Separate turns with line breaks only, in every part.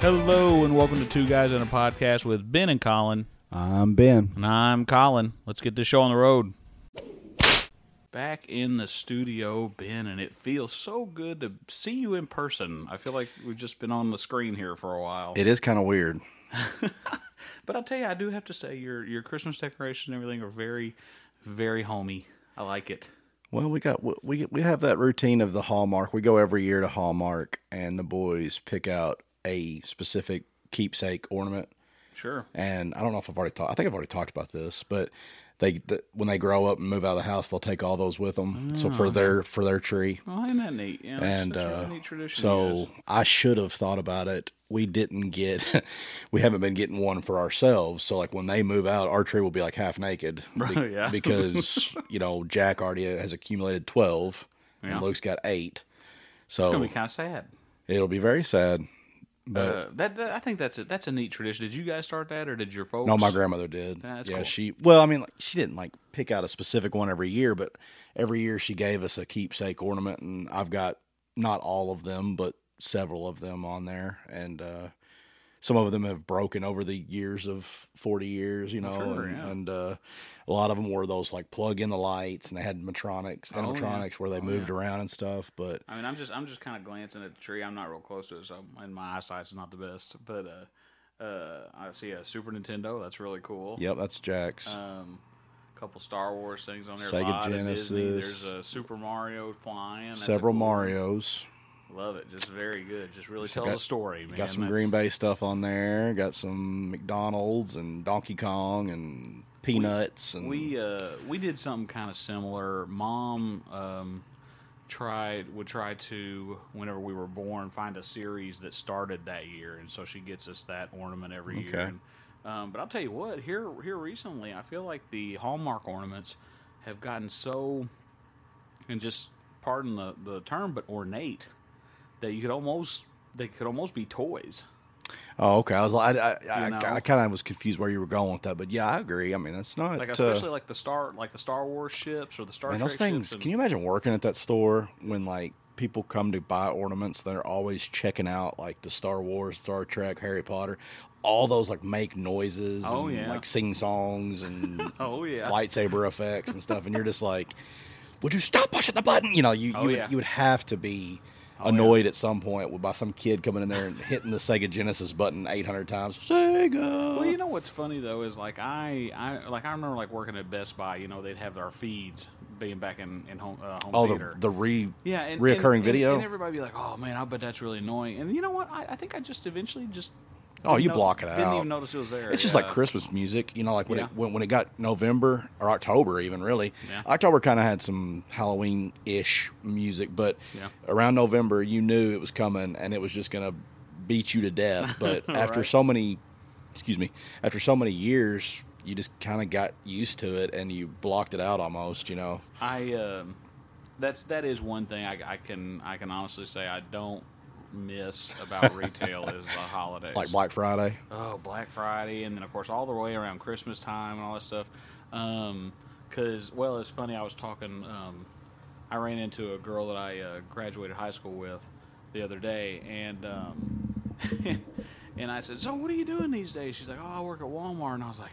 Hello and welcome to Two Guys in a Podcast with Ben and Colin.
I'm Ben.
And I'm Colin. Let's get this show on the road. Back in the studio, Ben, and it feels so good to see you in person. I feel like we've just been on the screen here for a while.
It is kind of weird.
but I'll tell you, I do have to say your your Christmas decorations and everything are very, very homey. I like it.
Well, we got we we have that routine of the Hallmark. We go every year to Hallmark, and the boys pick out a specific keepsake ornament.
Sure.
And I don't know if I've already talked. I think I've already talked about this, but they the, when they grow up and move out of the house, they'll take all those with them. so for their for their tree.
Well, ain't that neat? Yeah, that's-
and
that's a
uh,
really neat tradition.
so
yes.
I should have thought about it. We didn't get, we haven't been getting one for ourselves. So like when they move out, our tree will be like half naked,
Right, yeah.
because you know Jack already has accumulated twelve,
Yeah.
and Luke's got eight.
it's
So
gonna be kind of sad.
it'll be very sad.
Uh, that, that I think that's a, that's a neat tradition. Did you guys start that, or did your folks?
No, my grandmother did.
That's
yeah,
cool.
she. Well, I mean, like, she didn't like pick out a specific one every year, but every year she gave us a keepsake ornament, and I've got not all of them, but several of them on there, and uh, some of them have broken over the years of forty years, you know,
sure,
and,
yeah.
and, uh, a lot of them were those like plug in the lights, and they had animatronics,
Oh, yeah.
animatronics where they moved around and stuff, but.
I mean, I'm just I'm just kind of glancing at the tree. I'm not real close to it, so and my eyesight's not the best. But uh, uh, I see a Super Nintendo. That's really cool.
Yep, that's Jack's.
Um, a couple Star Wars things on there.
Sega
a lot Of Disney.
Genesis.
There's a Super Mario flying. That's a
Several
cool one.
Marios.
Love it. Just very good. Just really tells
got-
a story. Man.
Got some
That's-
Green Bay stuff on there. Got some McDonald's and Donkey Kong and peanuts and
We uh we did something kind of similar. Mom um tried would try to whenever we were born find a series that started that year, and so she gets us that ornament every year.
Okay.
And, um, but I'll tell you what, here here recently, I feel like the Hallmark ornaments have gotten so, and just pardon the the term, but ornate that you could almost they could almost be toys.
oh, okay. I was like, I, I, I,
You know.
I kind of was confused where you were going with that, but yeah, I agree. I mean, that's not
Like
uh,
especially like the star like the Star Wars ships or the Star
man,
Trek
those things.
ships. and-
Can you imagine working at that store when like people come to buy ornaments? They're always checking out like the Star Wars, Star Trek, Harry Potter. All those like make noises
Oh,
and
yeah.
like sing songs and
Oh yeah.
lightsaber effects and stuff, and you're just like, "Would you stop pushing the button?" You know, you
Oh,
you,
yeah. Oh,
would, you would have to be annoyed at some point with- by some kid coming in there and hitting the Sega Genesis button 800 times. Sega.
Well, you know what's funny though is like I, I like I remember like working at Best Buy. You know they'd have our feeds being back in in home, uh, home
oh, the
theater.
the re
yeah, and,
reoccurring
and-
video.
And, and everybody be like, "Oh man, I bet that's really annoying." And you know what? I, I think I just eventually just
Oh,
didn't
you
know-
block it
Didn't
out.
even notice it was there.
It's just
yeah.
like Christmas music, you know, like when
Yeah.
it when, when it got November or October, even really.
Yeah.
October kind of had some Halloween ish music, but
Yeah.
around November, you knew it was coming and it was just gonna beat you to death. But after
Right.
so many, excuse me, after so many years, you just kind of got used to it and you blocked it out almost, you know.
I um, that's that is one thing I, I can I can honestly say I don't miss about retail is the holidays.
Like Black Friday,
oh Black Friday, and then of course all the way around Christmas time and all that stuff. Because well, it's funny. I was talking. Um, I ran into a girl that I uh, graduated high school with the other day, and um, and I said, "So what are you doing these days?" She's like, "Oh, I work at Walmart," and I was like,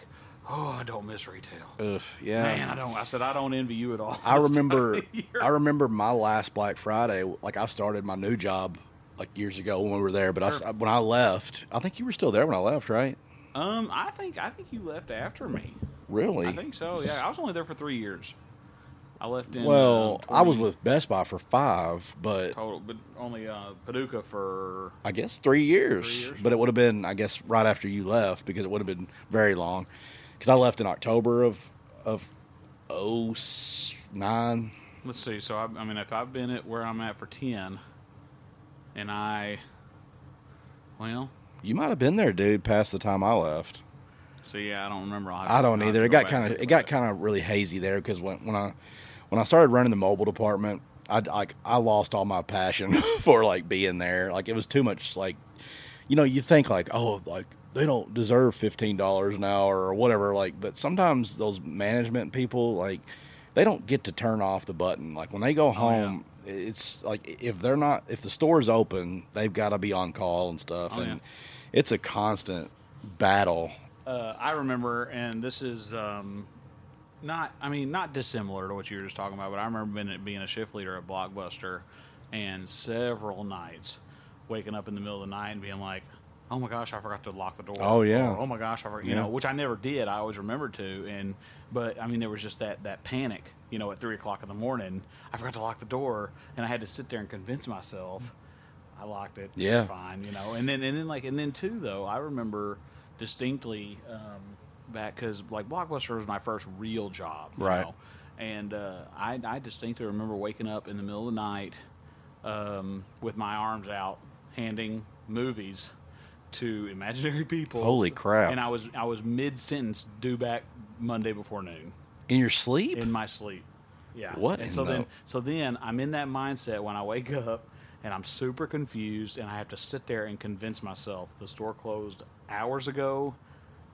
"Oh, I don't miss retail."
Ugh, yeah.
Man, I don't. I said I don't envy you at all.
I
this time
remember
of year."
I remember my last Black Friday. Like I started my new job like years ago when we were there, but I s
Sure.
when I left, I think you were still there when I left, right?
Um, I think I think you left after me.
Really?
I think so. Yeah, I was only there for three years. I left in.
Well,
uh,
I was
20
with Best Buy for five, but
total, but only uh, Paducah for
I guess three years.
Three years.
But it would have been, I guess, right after you left because it would have been very long. Because I left in October of of oh nine.
let's see. So I, I mean, if I've been at where I'm at for ten, and I, well,
You might have been there, dude, past the time I left.
so yeah, I don't remember. I'll have to-
I don't
I'll have
either.
to
It
go
got
back
kind
and look
of it
at
got
that.
kind of really hazy there because when, when I when I started running the mobile department, I like I lost all my passion for like being there. Like it was too much. Like you know, you think like oh like they don't deserve fifteen dollars an hour or whatever. Like, but sometimes those management people like they don't get to turn off the button. Like when they go
Oh, yeah.
home. It's like if they're not if the store's open, they've got to be on call and stuff.
Oh,
and
yeah.
it's a constant battle.
Uh, I remember, and this is um, not, I mean, not dissimilar to what you were just talking about, but I remember being, being a shift leader at Blockbuster and several nights waking up in the middle of the night and being like, oh my gosh, I forgot to lock the door.
Oh, yeah.
Or, oh my gosh, I forgot, you
Yeah.
know, which I never did. I always remembered to. And, but I mean, there was just that, that panic, you know, at three o'clock in the morning, I forgot to lock the door and I had to sit there and convince myself I locked it.
Yeah.
It's fine, you know. And then, and then like, and then too, though, I remember distinctly, um, back because like Blockbuster was my first real job. you
Right.
know. And uh, I, I distinctly remember waking up in the middle of the night um, with my arms out, handing movies to imaginary people.
Holy crap.
And I was I was mid sentence due back Monday before noon
In your sleep?
in my sleep. Yeah.
What
And
in
so then
the-
so then I'm in that mindset when I wake up and I'm super confused and I have to sit there and convince myself the store closed hours ago.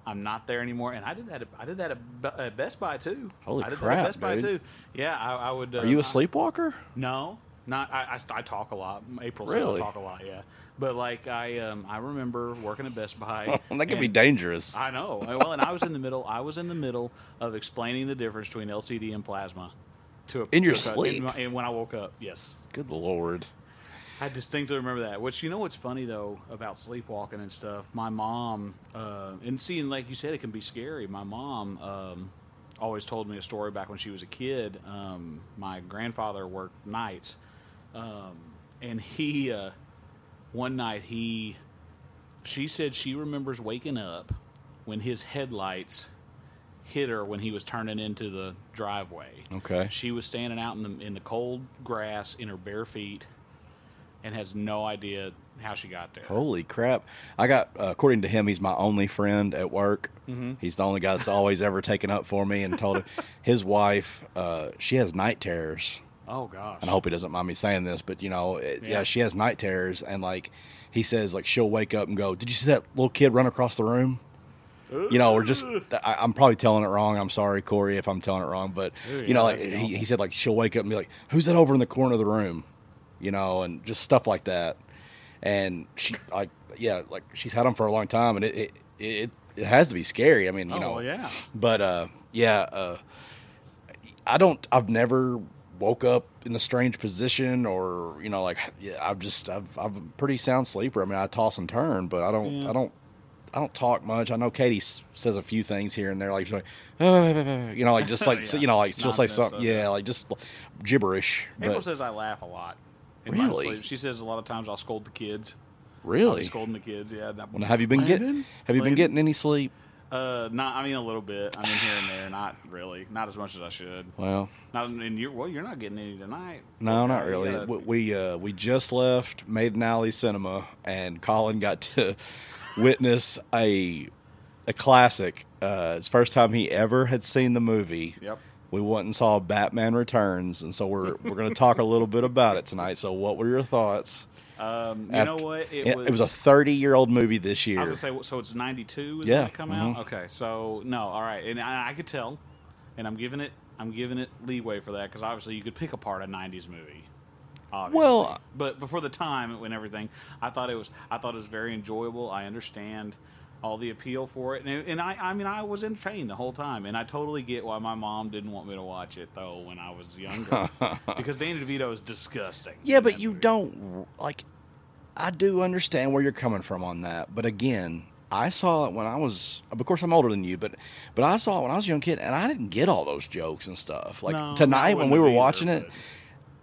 I'm not there anymore, and I did that. At, I did that at, Be- at Best Buy too.
Holy
I did That
crap,
at Best Buy
dude.
too. Yeah, I, I would. Uh,
Are you
I-
a sleepwalker?
no, not. I, I st- I talk a lot. April's
Really?
I talk a lot. Yeah, but like I um I remember working at Best Buy.
that could be
and-
dangerous.
I know. Well, and I was in the middle. I was in the middle of explaining the difference between LCD and plasma to a,
In your
to a-
sleep?
in my- and when I woke up, yes,
Good lord.
I distinctly remember that. Which you know what's funny though about sleepwalking and stuff. My mom uh, and seeing like you said, it can be scary. My mom um, always told me a story back when she was a kid. Um, my grandfather worked nights, um, and he uh, one night he she said she remembers waking up when his headlights hit her when he was turning into the driveway.
Okay.
She was standing out in the in the cold grass in her bare feet, and has no idea how she got there.
Holy crap! I got uh, according to him, he's my only friend at work. He's the only guy that's always ever taken up for me and told him. His wife, uh, she has night terrors.
Oh gosh.
and I hope he doesn't mind me saying this, but you know, it, yeah.
Yeah.
she has night terrors, and like he says, like she'll wake up and go, "Did you see that little kid run across the room?" You know, or just I, I'm probably telling it wrong. I'm sorry, Corey, if I'm telling it wrong, but
Ooh,
you know,
yeah,
like
that'd be
he, he said, like she'll wake up and be like, "Who's that over in the corner of the room?" You know, and just stuff like that. And she, like, yeah, like she's had them for a long time, and it it, it, it has to be scary. I mean, you
Oh,
know,
well, yeah.
But uh, yeah, uh, I don't. I've never woke up in a strange position, or you know, like yeah, I've just I've I'm a pretty sound sleeper. I mean, I toss and turn, but I don't
Yeah.
I don't I don't talk much. I know Katie s- says a few things here and there, like she's like "Uh," you know, like just like
Yeah.
you know, like she'll say
Nonsense,
something,
okay.
yeah, like just gibberish.
April
But
says I laugh a lot. In my
Really?
sleep. She says a lot of times I'll scold the kids. I'll be
really,
scolding the kids. Yeah. and I-
Well, now, have you been getting
Landon?
have you been
Landon?
getting any sleep?
Uh, not. I mean, a little bit. I mean, here and there. Not really. Not as much as I should.
Well,
Not. And you're well. You're not getting any tonight.
No,
Okay,
not
you
really.
gotta-
We we, uh, we just left Maiden Alley Cinema, and Colin got to witness a a classic. Uh, it's the first time he ever had seen the movie.
Yep.
We went and saw Batman Returns, and so we're we're going to talk a little bit about it tonight. So, what were your thoughts?
Um, you know
after-
what? It,
It,
was.
it was a thirty year old movie this year.
I was gonna say, so it's '92 is
Yeah, mm-hmm.
when it come out. Okay, so no, all right, and I, I could tell, and I'm giving it, I'm giving it leeway for that because obviously you could pick apart a '90s movie. Obviously.
Well-
but before the time and everything, I thought it was, I thought it was very enjoyable. I understand all the appeal for it, and, and I, I mean, I was entertained the whole time, and I totally get why my mom didn't want me to watch it though when I was younger because Danny DeVito is disgusting.
Yeah,
in
but
that
you
movie.
don't like. I do understand where you're coming from on that, but again, I saw it when I was. Of course, I'm older than you, but but I saw it when I was a young kid, and I didn't get all those jokes and stuff. Like
No, I
tonight when
wouldn't
we
have
were
either,
watching it,
but-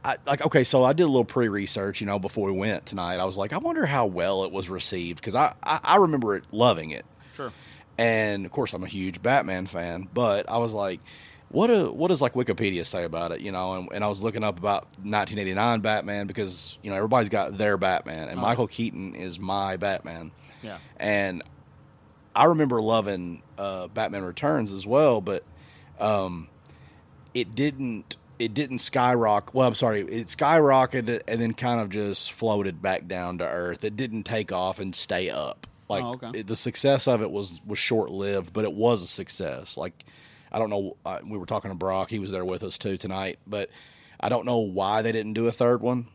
I, like okay, so I did a little pre-research, you know, before we went tonight. I was like, I wonder how well it was received because I, I I remember it loving it,
Sure.
and of course I'm a huge Batman fan, but I was like, what a, what does like Wikipedia say about it, you know? And, and I was looking up about 1989 Batman because you know everybody's got their Batman, and
Uh-huh.
Michael Keaton is my Batman,
Yeah.
and I remember loving uh, Batman Returns as well, but um, it didn't it didn't skyrocket. Well, I'm sorry, it skyrocketed and then kind of just floated back down to earth. It didn't take off and stay up. Like
Oh, okay.
it- the success of it was was short lived, but it was a success. Like I don't know, I, we were talking to Brock; he was there with us too tonight, but I don't know why they didn't do a third one.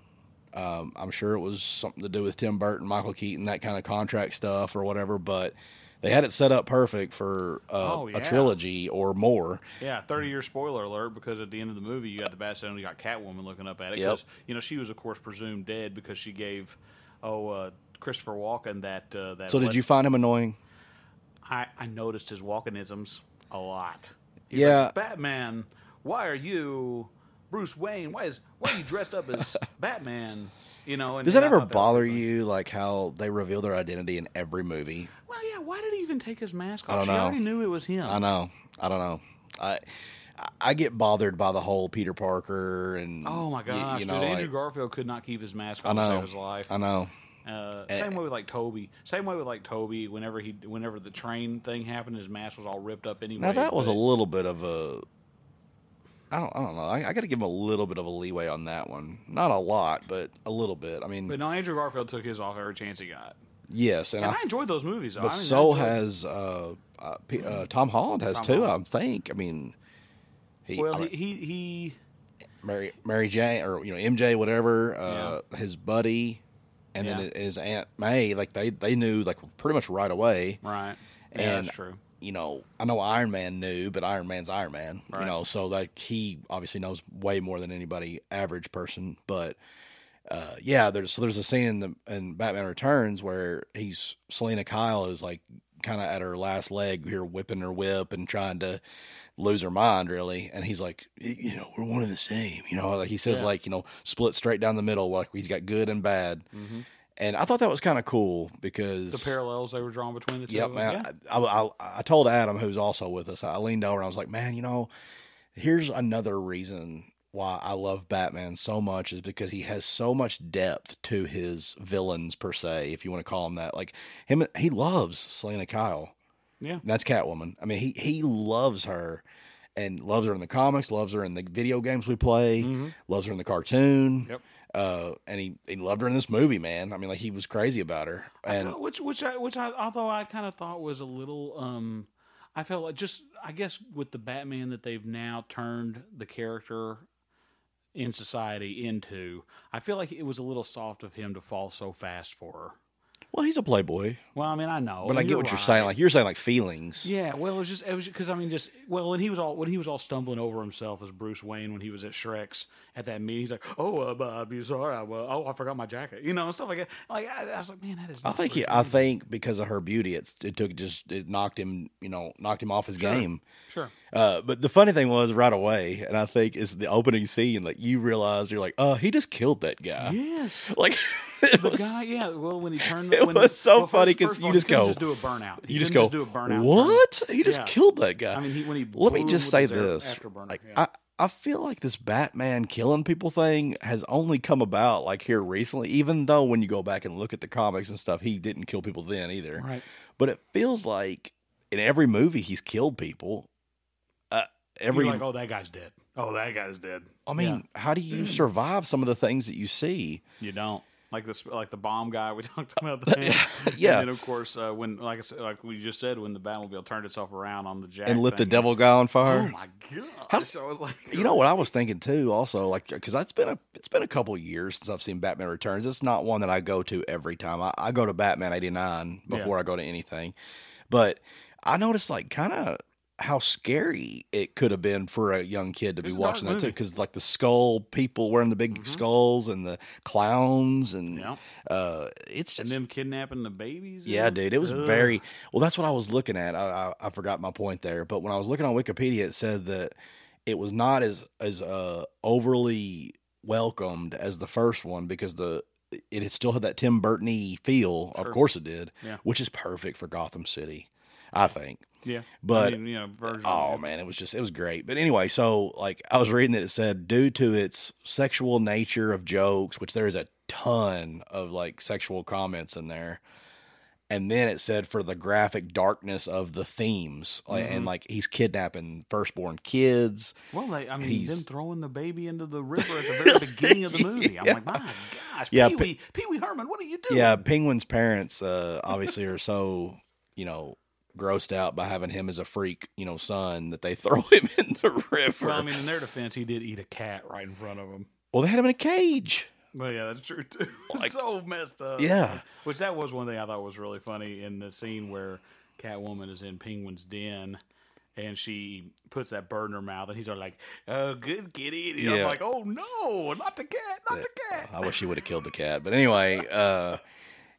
Um, I'm sure it was something to do with Tim Burton, Michael Keaton, that kind of contract stuff or whatever. But they had it set up perfect for uh,
Oh, yeah.
a trilogy or more.
Yeah, thirty year spoiler alert because at the end of the movie you got the bat signal, you got Catwoman looking up at it
Yep.
because you know she was of course presumed dead because she gave oh uh, Christopher Walken that uh, that.
So did
let-
you find him annoying?
I I noticed his Walkenisms a lot. He's
Yeah.
like, Batman. Why are you Bruce Wayne? Why is why are you dressed up as Batman? You know, and
Does that
and I
ever
thought was
bother
really funny.
you, like how they reveal their identity in every movie?
Well, yeah. Why did he even take his mask
don't
off? She
know.
already knew it was him.
I know. I don't know. I I get bothered by the whole Peter Parker and
Oh my
y-
gosh,
you know,
dude! Andrew
like,
Garfield could not keep his mask
I
on to
know.
save his life.
I know.
Uh, same way with like Toby. Same way with like Toby. Whenever he, whenever the train thing happened, his mask was all ripped up anyway.
Now that was a
but-
little bit of a. I don't. I don't know. I, I got to give him a little bit of a leeway on that one. Not a lot, but a little bit. I mean,
But no, Andrew Garfield took his off every chance he got,
yes, and,
and
I,
I, enjoyed those movies. I
Ah, but
mean, I
so
enjoyed-
has uh, uh, P- uh, Tom Holland has
Tom
too.
Holland.
I think. I mean, he, I
Well,
mean,
he, he he
Mary Mary Jane or you know MJ whatever uh, his buddy and then
Yeah.
his aunt May like they they knew like pretty much right away
right. Yeah,
And-
that's true.
you know I know Iron Man knew but Iron Man's Iron Man
Right.
you know so like he obviously knows way more than anybody average person but uh, yeah there's so there's a scene in the in Batman Returns where he's Selena Kyle is like kind of at her last leg here whipping her whip and trying to lose her mind really and he's like "Y- you know we're one and the same you know like he says
Yeah.
like you know split straight down the middle like he's got good and bad
hmm
and i thought that was kind of cool because
The parallels they were drawn between the two.
yep
of them.
man I, I, I- I told adam who's also with us i leaned over and i was like man you know here's another reason why i love batman so much is because he has so much depth to his villains per se if you want to call him that like him he loves selena kyle
Yeah.
and That's Catwoman. I mean, he he loves her, and loves her in the comics, loves her in the video games we play,
yeah. hmm
loves her in the cartoon.
Yep.
Uh, and he he loved her in this movie, man. I mean, like he was crazy about her, and
Uh, which which I which I although I kind of thought was a little um I felt like just I guess with the Batman that they've now turned the character in society into I feel like it was a little soft of him to fall so fast for her.
well, he's a playboy.
Well, I mean I know,
But I
and
get what you're saying.
right.
Like you're saying, like feelings.
Yeah, well, it was just it was because I mean, just well, and he was all when he was all stumbling over himself as Bruce Wayne when he was at Shrek's at that meeting. He's like, "Oh, uh, Bob, you sorry? I, well, oh, I forgot my jacket," you know, and stuff like that. Like I, I was like, "Man, that is."
I
not
think he,
Bruce
I
Wayne."
think because of her beauty, it's, it took just it knocked him, you know, knocked him off his
Sure.
game.
sure.
Uh, but the funny thing was right away, and I think is the opening scene. Like you realize, you're like, oh, he just killed that guy.
Yes.
Like it
The
was-
guy, yeah. Well, when he turned,
It
when
was so
well,
funny
first-
'cause
first of
you
all,
just
he couldn't
go,
just do a burnout. He
you just go,
couldn't do a burnout.
What? He just
Yeah.
killed that guy.
I mean, he when he
Let me
blew
just
with
say
his air-
this.
afterburner,
Like
yeah.
I, I feel like this Batman killing people thing has only come about like here recently, even though when you go back and look at the comics and stuff, he didn't kill people then either.
right.
But it feels like in every movie he's killed people. Uh,
Every
every
like, oh, that guy's dead. Oh, that guy's dead.
I mean, how do you survive some of the things that you see?
You don't like this, like the bomb guy we talked about. Then.
Yeah.
And then of course, uh, when like I said, like we just said, when the Batmobile turned itself around on the jack
And let the
thing,
devil guy on
Oh
fire.
my god!
How-
so I was like,
You know what I was thinking too, also like because that's been a it's been a couple years since I've seen Batman Returns. It's not one that I go to every time. I, I go to Batman eighty nine
Yeah.
before I go to anything, but I noticed like kind of how scary it could have been for a young kid to
It's
be
a dark
watching that too,
movie.
because like the skull people wearing the big
Mhm.
skulls and the clowns and
Yeah.
uh, it's
And
just
them kidnapping the babies.
yeah,
and-
dude, it was
Ugh.
very well. That's what I was looking at. I, I I forgot my point there, but when I was looking on Wikipedia, it said that it was not as as uh overly welcomed as the first one because the it had still had that Tim Burton-y feel. Of
Sure.
course, it did.
Yeah.
which is perfect for Gotham City, I think.
yeah.
But
I mean, you know, version
Oh man, it was just it was great. But anyway, so like I was reading that it said due to its sexual nature of jokes, which there is a ton of like sexual comments in there. And then it said for the graphic darkness of the themes, like, and
Mhm.
like he's kidnapping firstborn kids.
Well, they, I mean, them
He's-
throwing the baby into the river at the very beginning of the movie. I'm like, my gosh,
Yeah,
Pee Wee, Pee Wee Herman, what are you doing?
Yeah, Penguin's parents uh, obviously are so you know grossed out by having him as a freak, you know, son that they throw him in the river.
Well, I mean, in their defense, he did eat a cat right in front of him.
well, they had him in a cage.
Well, yeah, that's true too.
Like-
so messed up.
Yeah.
Which that was one thing I thought was really funny in the scene where Catwoman is in Penguin's den and she puts that bird in her mouth and he's all like, "Oh, good kitty." And I'm
Yeah. uh,
like, "Oh no, not the cat, not the cat."
I wish he would have killed the cat. But anyway, uh,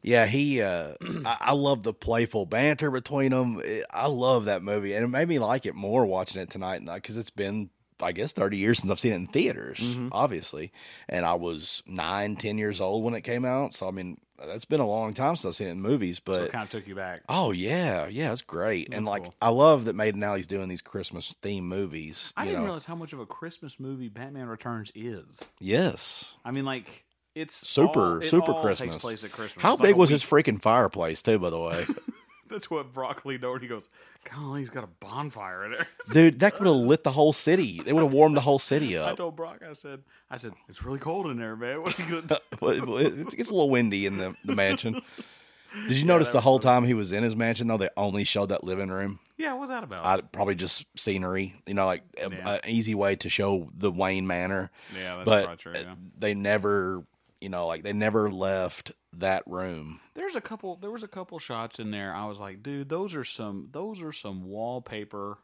yeah, he. Uh, I, I love the playful banter between them. It- I love that movie, and it made me like it more watching it tonight because it's been, I guess, thirty years since I've seen it in theaters,
Mm-hmm.
obviously. And I was nine, ten years old when it came out, so I mean, that's been a long time since I've seen it in movies.
So
But
it kind of took you back.
oh yeah, yeah, it's great, and
That's
like
cool.
I love that Maiden Alley's doing these Christmas themed movies.
I
you
didn't
know?
realize how much of a Christmas movie Batman Returns is.
Yes.
I mean, like it's
Super,
all- it
super
all
Christmas.
Takes place at Christmas.
How
It's like
big
a
was
week.
his freaking fireplace, too? By the way,
That's what Broccoli Doherty goes. Golly, he's got a bonfire in there.
Dude, that would have lit the whole city. They would have warmed the whole city
I
up.
told Brock, I said, I said, it's really cold in there, man. What are you gonna do?
But It it gets a little windy in the, the mansion. Did you notice the whole time he was in his mansion, though, they only showed that living room?
yeah, what's that about?
I probably just scenery, you know, like a,
Oh. Yeah.
an easy way to show the Wayne Manor.
yeah, that's
but
probably true. Yeah.
uh, they never, you know, like they never left that room.
There's a couple. There was a couple shots in there. I was like, dude, those are some. Those are some wallpaper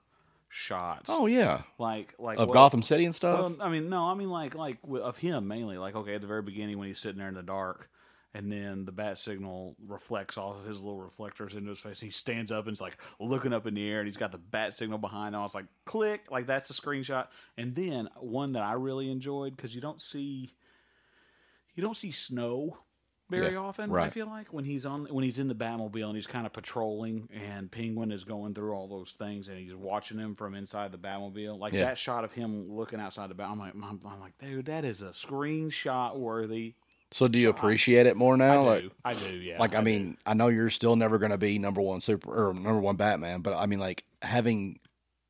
shots.
Oh yeah,
like like
of
what-
Gotham City and stuff.
Well, I mean, no, I mean like like w- of him mainly. Like okay, at the very beginning when he's sitting there in the dark, and then the bat signal reflects off of his little reflectors into his face. He stands up and is like looking up in the air, and he's got the bat signal behind. him. I was like, click, like that's a screenshot. And then one that I really enjoyed because you don't see you don't see snow very
Yeah,
often. I
right.
feel like when he's on when he's in the Batmobile and he's kind of patrolling, and Penguin is going through all those things, and he's watching him from inside the Batmobile. Like
Yeah.
that shot of him looking outside the bat. I'm like, I'm, I'm like, dude, that is a screenshot worthy.
so do you appreciate it more
I
now? Like-
do, I do, yeah.
like I,
do.
mean, I know you're still never going to be number one super or number one Batman, but I mean, like having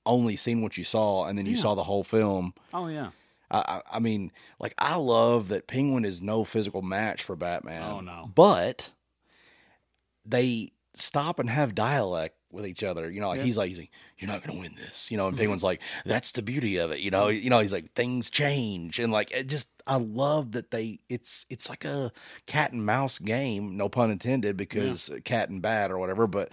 only seen what you saw and then you
Yeah.
saw the whole film.
oh yeah,
I, I, I mean, like I love that Penguin is no physical match for Batman.
Oh, no.
but they stop and have dialect with each other. You know, like
Yeah.
he's like, he's like, "You're not going to win this," you know, and Penguin's like, "That's the beauty of it," you know. You know, he's like, "Things change," and like, it just I love that they it's it's like a cat and mouse game, no pun intended, because uh, cat and bat or whatever, but.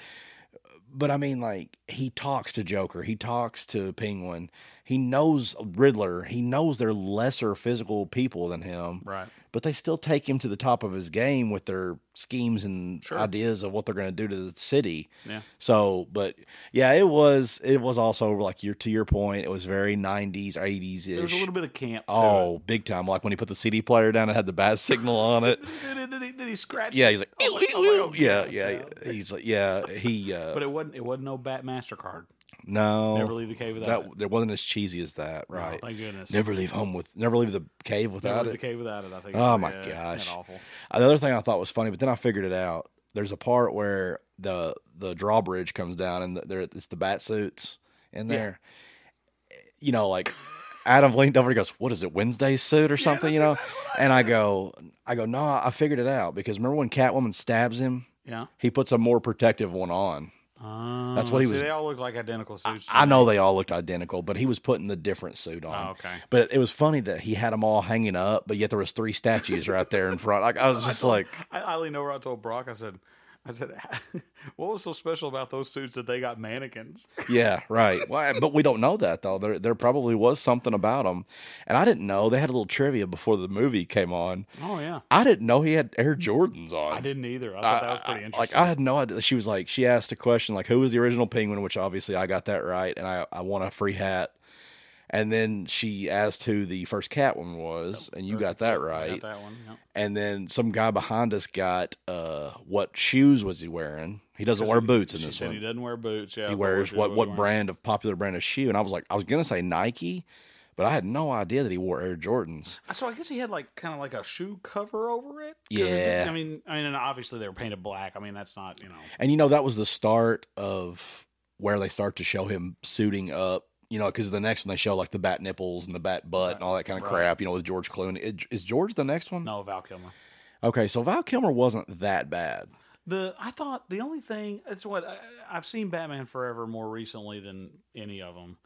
But I mean, like he talks to Joker, he talks to Penguin, he knows Riddler, he knows they're lesser physical people than him
right.
but they still take him to the top of his game with their schemes and
Sure.
ideas of what they're going to do to the city.
Yeah.
So, but yeah, it was it was also like your to your point, it was very 90s, 80s
There's a
ish.
little bit of camp. to
Oh, big time! Like when he put the CD player down and had the bat signal on
it.
it.
Did, did, did he, did he scratch?
Yeah, he's like,
I was like- I was like, oh,
yeah,
yeah,
yeah. He's like, yeah, he. Uh,
But it wasn't. It wasn't no Bat Mastercard.
no,
Never leave the cave without it.
Oh, that there wasn't as cheesy as that,
Oh,
right?
thank goodness.
never leave home with, never leave the cave
Never
without
leave
it.
the cave without it. I think.
Oh,
it's-
my
yeah, isn't that
gosh.
awful.
Another thing I thought was funny, but then I figured it out. There's a part where the the drawbridge comes down, and there it's the bat suits in
Yeah.
there. You know, like Adam leaned over and goes, "What is it, Wednesday suit or something?" you know, and I go, "I go, no, I figured it out because remember when Catwoman stabs him,
Yeah.
he puts a more protective one on.
That's
what he
see,
was-
They all look like identical suits.
I know they all looked identical, but he was putting the different suit on.
Oh, okay.
But it was funny that he had them all hanging up, but yet there was three statues right there in front. Like I was just like,
I, I leaned over. I told Brock. I said, I said, what was so special about those suits that they got mannequins?
Yeah, right. Well, I- but we don't know that though. There, there probably was something about him, and I didn't know. They had a little trivia before the movie came on.
Oh yeah.
I didn't know he had Air Jordans on.
I didn't either. I thought that was pretty
Like
interesting.
I had no idea. She was like, she asked a question like, "Who was the original Penguin?" Which obviously I got that right, and I I won a free hat. And then she asked who the first Catwoman was, and you got that
I
right.
got that one. yeah.
And then some guy behind us got uh, what shoes was he wearing? He doesn't wear boots in
She
this
said
one
He doesn't wear boots. Yeah.
he
but
wears
did
what
he
what
wearing?
brand of popular brand of shoe and i was like i was gonna say nike but i had no idea that he wore air jordans
So I guess he had like kind of like a shoe cover over it. 'Cause it
Yeah.
didn't- I mean, I mean, and obviously they were painted black. I mean, that's not you know.
and you know that was the start of where they start to show him suiting up you know because the next one they show like the bat nipples and the bat butt and all that kind of
Right.
crap you know with george clooney Is- is george the next one
No, Val Kilmer.
okay so val kilmer wasn't that bad
The I thought the only thing it's what I, I've seen Batman Forever more recently than any of them,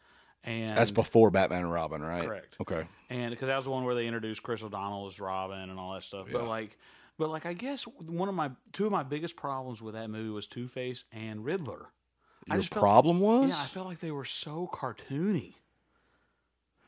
And
That's before Batman and Robin, right?
Correct.
Okay.
and because that was the one where they introduced Chris O'Donnell as Robin and all that stuff. But
Yeah.
like, but like, I guess one of my two of my biggest problems with that movie was Two Face and Riddler. I
Your
just felt-
problem was?
Yeah, I felt like they were so cartoony.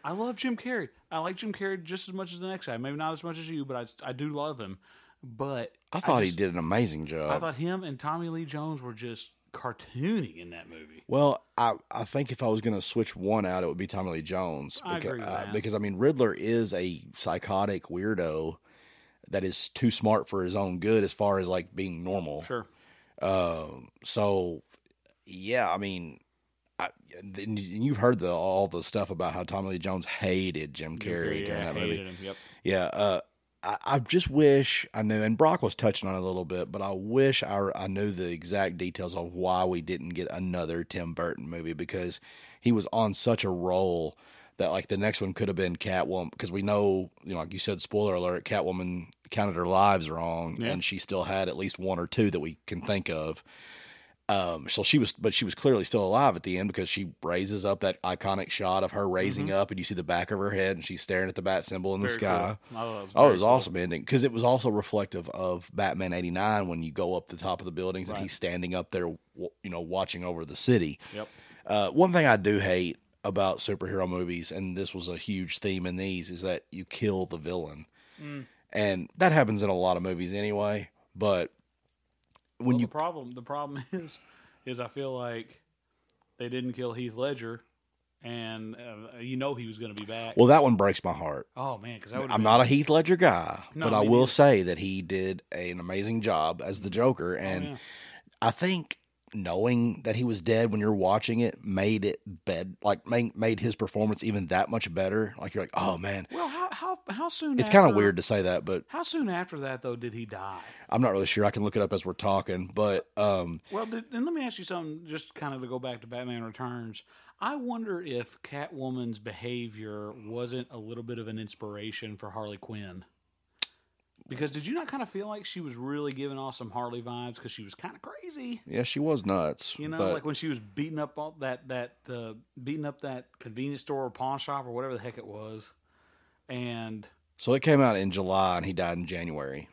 I love Jim Carrey. I like Jim Carrey just as much as the next guy. Maybe not as much as you, but I, I do love him. But
I thought
just-
he did an amazing
I
job.
thought him and Tommy Lee Jones were just cartoony in that movie.
well, I, I think if I was going to switch one out, it would be Tommy Lee Jones. uh,
I agree with that.
because, I mean, Riddler is a psychotic weirdo that is too smart for his own good as far as like being normal.
Sure.
Um, so, yeah, I mean, I, and you've heard the all the stuff about how Tommy Lee Jones hated Jim
Jim
Carrey
Carrey,
during
yeah, I
that movie.
hated him. Yep.
Yeah, uh, I, I just wish I knew. And Brock was touching on it a little bit, but I wish I I knew the exact details of why we didn't get another Tim Burton movie because he was on such a roll that like the next one could have been Catwoman because we know you know like you said spoiler alert Catwoman counted her lives wrong
Yeah.
and she still had at least one or two that we can think of. Um, so she was, but she was clearly still alive at the end because she raises up that iconic shot of her raising up, and you see the back of her head, and she's staring at the bat symbol in the
Very
sky.
cool. I thought that was
Oh,
very
it was
cool.
awesome ending because it was also reflective of Batman '89 when you go up the top of the buildings
Right.
and he's standing up there, w- you know, watching over the city.
Yep.
Uh, one thing I do hate about superhero movies, and this was a huge theme in these, is that you kill the villain,
Mm.
and that happens in a lot of movies anyway. But when
Well,
you
the problem the problem is is I feel like they didn't kill Heath Ledger, and uh, you know he was going to be back.
well, that one breaks my heart.
oh man, because that would
I'm not a Heath Ledger guy,
No,
but I
me
will
neither.
say that he did a- an amazing job as the Joker, and
Oh, yeah.
I think knowing that he was dead when you're watching it made it bed like made, made his performance even that much better. Like you're like, oh man,
Well, how how how soon?
it's kind of
after-
weird to say that, but
How soon after that though did he die?
I'm not really sure. I can look it up as we're talking, but um,
Well, did, and let me ask you something, just kind of to go back to Batman Returns. I wonder if Catwoman's behavior wasn't a little bit of an inspiration for Harley Quinn. Because did you not kind of feel like she was really giving off some Harley vibes because she was kind of crazy?
yeah, she was nuts.
You know,
but
like when she was beating up all that that uh, beating up that convenience store or pawn shop or whatever the heck it was, and
so it came out in July, and he died in January.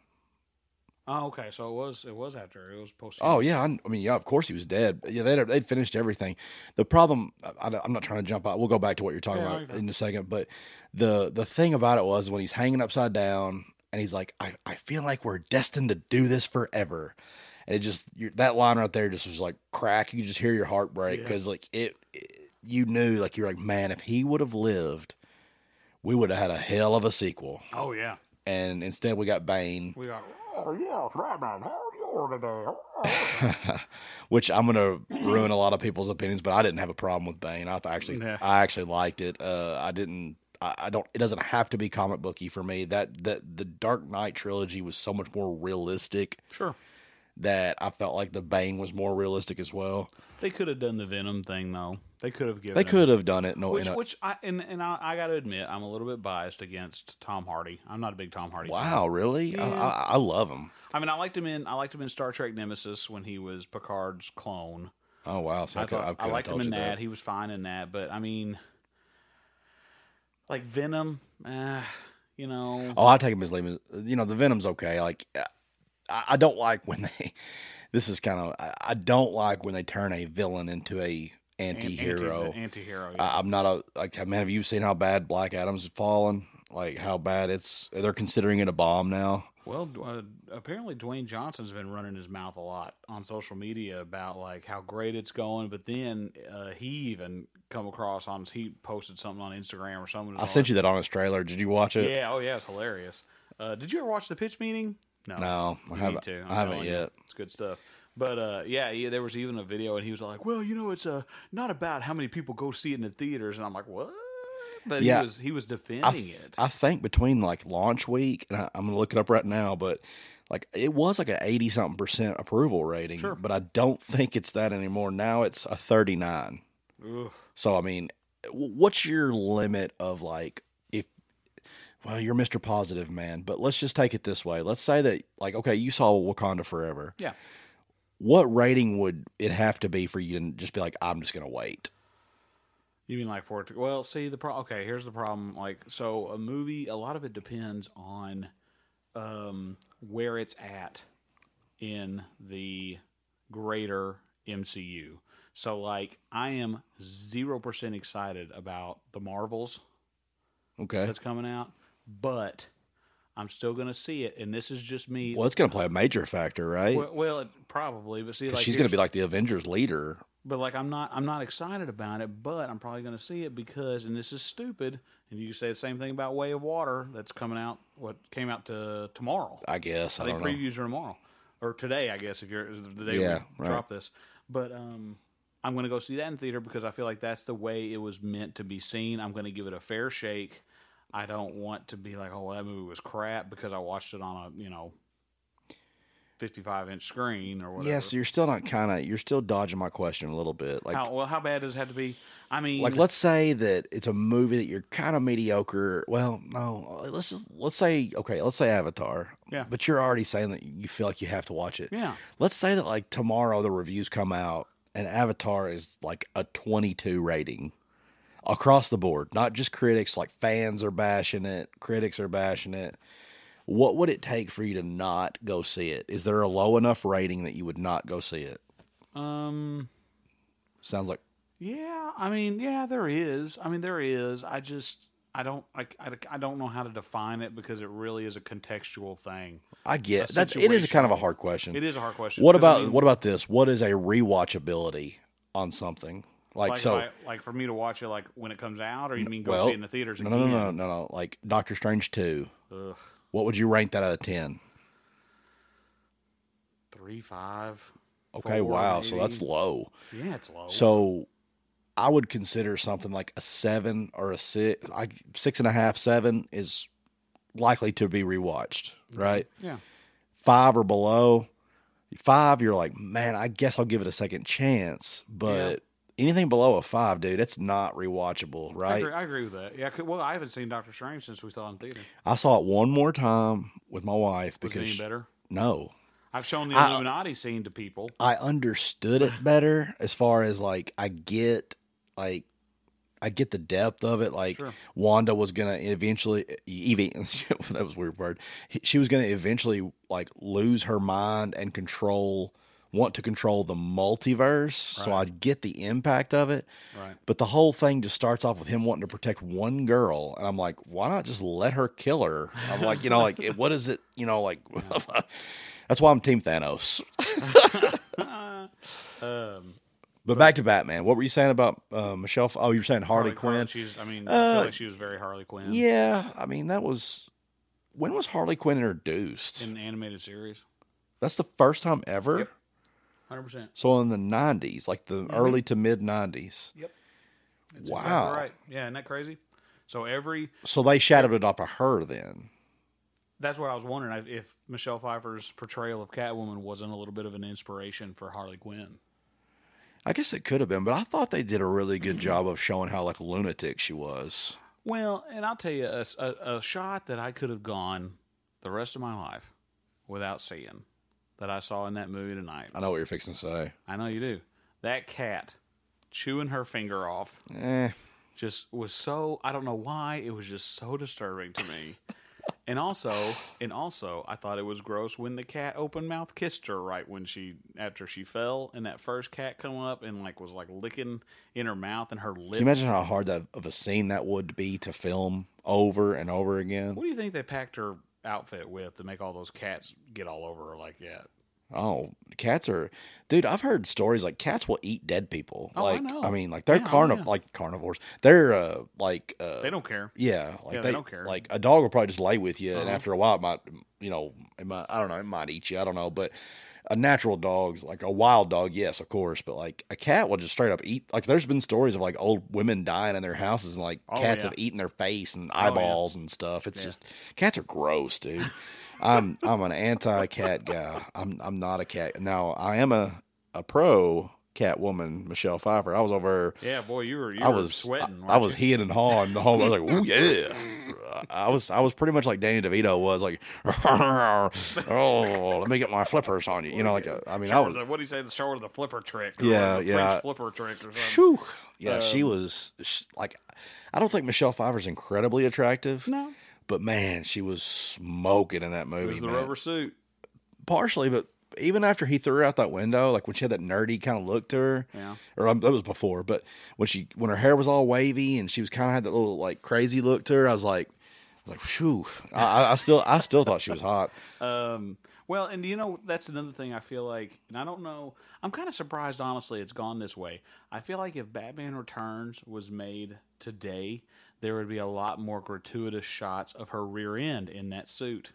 oh, okay, so it was it was after it was post.
Oh yeah, I, I mean yeah, of course he was dead. Yeah, they'd they'd finished everything. The problem, I, am not trying to jump out. We'll go back to what you're talking
Yeah,
about
okay.
in a second. But the the thing about it was when he's hanging upside down and he's like, I, I feel like we're destined to do this forever. And it just you that line right there just was like crack. You could just hear your heart break
Yeah.
because like it, it, you knew like you're like man, if he would have lived, we would have had a hell of a sequel.
oh yeah,
And instead we got Bane,
we are.
Oh, yes, Batman, how are you all today?
which I'm gonna ruin a lot of people's opinions, but I didn't have a problem with Bane. I th- actually,
Yeah.
I actually liked it. Uh, I didn't. I, I don't. It doesn't have to be comic booky for me. That that the Dark Knight trilogy was so much more realistic
Sure,
that I felt like the Bane was more realistic as well.
they could have done the Venom thing though. They could have given.
They
him-
could have done it. No,
Which,
in a,
which I and and I, I got to admit, I'm a little bit biased against Tom Hardy. I'm not a big Tom Hardy. fan.
wow, really? I,
Yeah.
I, I love him.
I mean, I liked him in I liked him in Star Trek Nemesis when he was Picard's clone.
Oh wow, so I,
I,
could,
thought,
I,
I,
could have
liked him
told
in
you
that.
that.
He was fine in that, but I mean, like Venom, uh, you know.
Oh, I take him as Lehman. You know, the Venom's okay. Like, I, I don't like when they. This is kind of. I, I don't like when they turn a villain into a anti-hero.
anti, anti-hero. Yeah.
I, I'm not a like. Man, have you seen how bad Black Adam's fallen? Like how bad it's. They're considering it a bomb now.
well, d- uh, apparently Dwayne Johnson's been running his mouth a lot on social media about like how great it's going, but then uh, he even come across on he posted something on Instagram or something.
I sent you that on his trailer. Did you watch it?
Yeah. Oh yeah, it's hilarious. Uh, did you ever watch the pitch meeting? No.
No, I
You
haven't.
need to. I'm
I haven't
telling you.
yet.
It's good stuff. But uh, yeah, yeah, there was even a video, and he was like, "Well, you know, it's uh, not about how many people go see it in the theaters," and I'm like, "What?" But
Yeah.
he was he was defending
I, th-
it.
I think between like launch week and I, I'm gonna look it up right now, but like it was like an eighty something percent approval rating,
Sure.
but I don't think it's that anymore. Now it's a thirty nine.
Ugh.
So I mean, w- what's your limit of like if well you're Mr. Positive man, but let's just take it this way. Let's say that like okay, you saw Wakanda Forever.
Yeah.
What rating would it have to be for you to just be like I'm just going to wait?
You mean like for it to, well, see the pro okay, here's the problem. Like so a movie, a lot of it depends on um where it's at in the greater MCU. So like I am 0% excited about the Marvels
Okay.
that's coming out, but I'm still going to see it and this is just me
Well, it's going to play a major factor, right?
well, well, it, probably, but see
'Cause
like
she's going
here's-
to be like the Avengers leader.
but like I'm not I'm not excited about it, but I'm probably going to see it because and this is stupid. And you can say the same thing about Way of Water that's coming out what came out to tomorrow.
I guess. I,
I
don't
think
know.
previews are tomorrow or today, I guess if you're the day
Yeah,
we
right.
drop this. But um I'm going to go see that in theater because I feel like that's the way it was meant to be seen. I'm going to give it a fair shake. I don't want to be like, "Oh, well, that movie was crap" because I watched it on a, you know, 55-inch screen or whatever.
yeah, so you're still not kind of you're still dodging my question a little bit. Like
how, well, how bad does it have to be? I mean,
like let's say that it's a movie that you're kind of mediocre. Well, no, let's just let's say okay, let's say Avatar.
Yeah.
But you're already saying that you feel like you have to watch it.
Yeah.
Let's say that like tomorrow the reviews come out and Avatar is like a 22 rating across the board, not just critics, like fans are bashing it, critics are bashing it. What would it take for you to not go see it? Is there a low enough rating that you would not go see it?
Um.
Sounds like
Yeah. I mean, yeah, there is. I mean, there is. I just, I don't, like, I, I don't know how to define it because it really is a contextual thing.
I
A
get that. It is a kind of a
situation.
hard question.
It is a hard question.
Mm. What
'cause, I
about
mean,
what about this? What is a rewatchability on something? Like,
Like,
so
like, like for me to watch it, like when it comes out, or you mean go
well,
see it in the theaters?
no, no,
again?
no, no, no, no. Like Doctor Strange two.
Ugh,
What would you rank that out of ten?
three five.
Okay,
four,
wow. So
maybe.
that's low.
yeah, it's low.
So I would consider something like a seven or a six. I six and a half, seven is likely to be rewatched, right?
Mm-hmm. yeah,
Five or below. Five, you're like, man, I guess I'll give it a second chance. But anything below a five, dude, that's not rewatchable,
I,
right?
agree, I agree with that. Yeah, 'cause- well, I haven't seen Doctor Strange since we saw it in theater.
I saw it one more time with my wife
Was
because
it any better?
no,
I've shown the
I-
Illuminati scene to people.
I understood it better as far as like I get like I get the depth of it. Like
Sure.
Wanda was gonna eventually, e, even that was a weird word. She was gonna eventually like lose her mind and control, want to control the multiverse. So I
Right.
get the impact of it.
Right.
But the whole thing just starts off with him wanting to protect one girl, and I'm like, why not just let her kill her? I'm like, you know, like it- what is it? You know, like that's why I'm Team Thanos.
Um,
But back to Batman. What were you saying about uh, Michelle? F- Oh, you were saying Harley, Quinn.
She's. I mean, I feel
Uh,
like she was very Harley Quinn.
Yeah, I mean that was when was Harley Quinn introduced?
in an animated series.
That's the first time ever.
Yep. Hundred percent.
So in the '90s, like the early to mid '90s.
Yep. That's
Wow.
Exactly right. Yeah. Isn't that crazy? So every
So they shadowed it off of her then.
that's what I was wondering I- if Michelle Pfeiffer's portrayal of Catwoman wasn't a little bit of an inspiration for Harley Quinn.
I guess it could have been, but I thought they did a really good
Mm-hmm.
job of showing how like lunatic she was.
Well, and I'll tell you a, s- a- a shot that I could have gone the rest of my life without seeing that I saw in that movie tonight.
I know what you're fixing to say.
I know you do. That cat chewing her finger off
Eh,
just was so I don't know why it was just so disturbing to me. and also, and also, I thought it was gross when the cat open mouth kissed her right when she after she fell, and that first cat come up and like was like licking in her mouth and her
can you
lip.
imagine how hard that of a scene that would be to film over and over again?
what do you think they packed her outfit with to make all those cats get all over her like that?
Oh, cats are, dude. I've heard stories like cats will eat dead people.
Oh, I
like
know.
mean, like they're
Yeah, oh,
carniv
yeah.
like carnivores. They're uh like uh
They don't care.
yeah, like
Yeah, they don't care.
Like a dog will probably just lay with you, and
Uh-huh.
after a while, it might you know it might I don't know it might eat you. I don't know, but a natural dog's like a wild dog, yes, of course, but like a cat will just straight up eat. Like there's been stories of like old women dying in their houses, and like
Oh,
cats
yeah. Oh,
have eaten their face and eyeballs and stuff. It's
Yeah.
just cats are gross, dude. I'm I'm an anti cat guy. I'm I'm not a cat. Now I am a a pro cat woman, Michelle Pfeiffer. I was over. her
Yeah, boy, you were you
I
were
was
sweating.
I, I
weren't
was
you?
heeing and hawing the whole. I was like, "Ooh yeah!" I was I was pretty much like Danny DeVito was like, "Oh, let me get my flippers on you." You know, like uh, I mean, I
Show her
was
the- what do you say? The show her the flipper trick. or
Yeah,
the
yeah.
French flipper trick or something.
Phew. Yeah, she was sh like, I don't think Michelle Pfeiffer's incredibly attractive,
No,
but man, she was smoking in that
it
movie.
was the
man.
rubber suit.
Partially, but even after he threw her out that window, like when she had that nerdy kind of look to her,
Yeah,
or um, that was before, but when she when her hair was all wavy and she was kind of had that little like crazy look to her, I was like, I was like, shoo, I, I- I still I still thought she was hot.
Um, well, and you know that's another thing I feel like, and I don't know. I'm kind of surprised, honestly. It's gone this way. I feel like if Batman Returns was made today, there would be a lot more gratuitous shots of her rear end in that suit.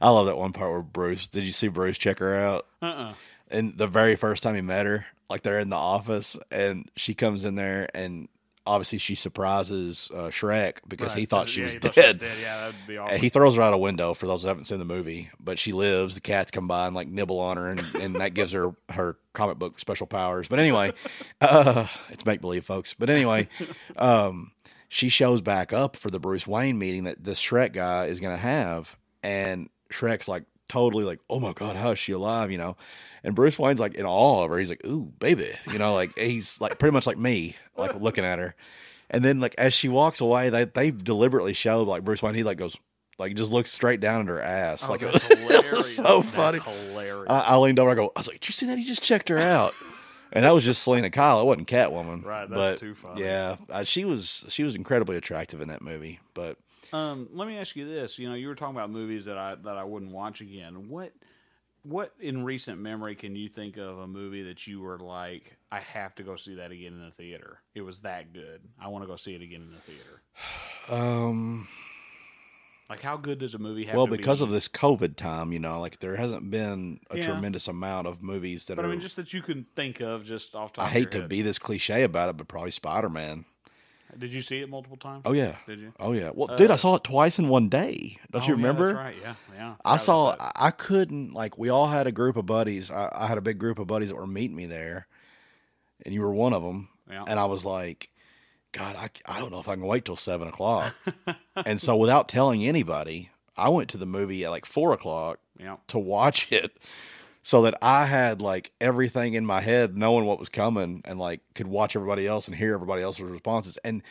I love that one part where Bruce. Did you see Bruce check her out?
Uh-uh.
and the very first time he met her, like they're in the office, and she comes in there, and obviously she surprises uh, Shrek because he thought she was
he
dead.
thought Yeah, that would be awesome.
And he throws her out a window for those who haven't seen the movie, but she lives. The cats come by and like nibble on her, and, and that gives her her comic book special powers. But anyway, uh, it's make believe, folks. But anyway, um, she shows back up for the Bruce Wayne meeting that this Shrek guy is going to have. And Shrek's like totally like, oh my God, how is she alive? You know? And Bruce Wayne's like in awe of her. He's like, ooh, baby. You know, like he's like pretty much like me, like looking at her. And then like as she walks away, they they deliberately showed like Bruce Wayne. He like goes like just looks straight down at her ass.
Oh,
like it was,
that's
it was
hilarious.
so
That's
funny.
hilarious.
I, I leaned over. I go. I was like, "Did you see that? He just checked her out." And that was just Selena Kyle. It wasn't Catwoman.
Right, that's
But,
too funny.
Yeah, uh, she was she was incredibly attractive in that movie. But
Um, let me ask you this. You know, you were talking about movies that I that I wouldn't watch again. What what in recent memory can you think of a movie that you were like, I have to go see that again in the theater? It was that good. I want to go see it again in the theater.
um,
Like, how good does a movie have?
well,
to
because
be?
of this COVID time, you know, like there hasn't been a
Yeah.
tremendous amount of movies that
but
are.
I mean, just that you can think of just off the top.
I
of
hate
your
to
head.
be this cliche about it, but probably Spider Man.
Did you see it multiple times?
Oh yeah,
Did you?
oh yeah. Well, dude, I
Uh,
saw it twice in one day. Don't
Oh,
you
yeah, that's
remember?
right. Yeah. Yeah.
I
Forgot
saw.
about that.
I I couldn't like. We all had a group of buddies. I, I had a big group of buddies that were meeting me there, and you were one of them.
Yeah.
And I was like, God, I, I don't know if I can wait till seven o'clock. and so, without telling anybody, I went to the movie at like four o'clock
Yeah.
to watch it, so that I had like everything in my head, knowing what was coming, and like could watch everybody else and hear everybody else's responses. And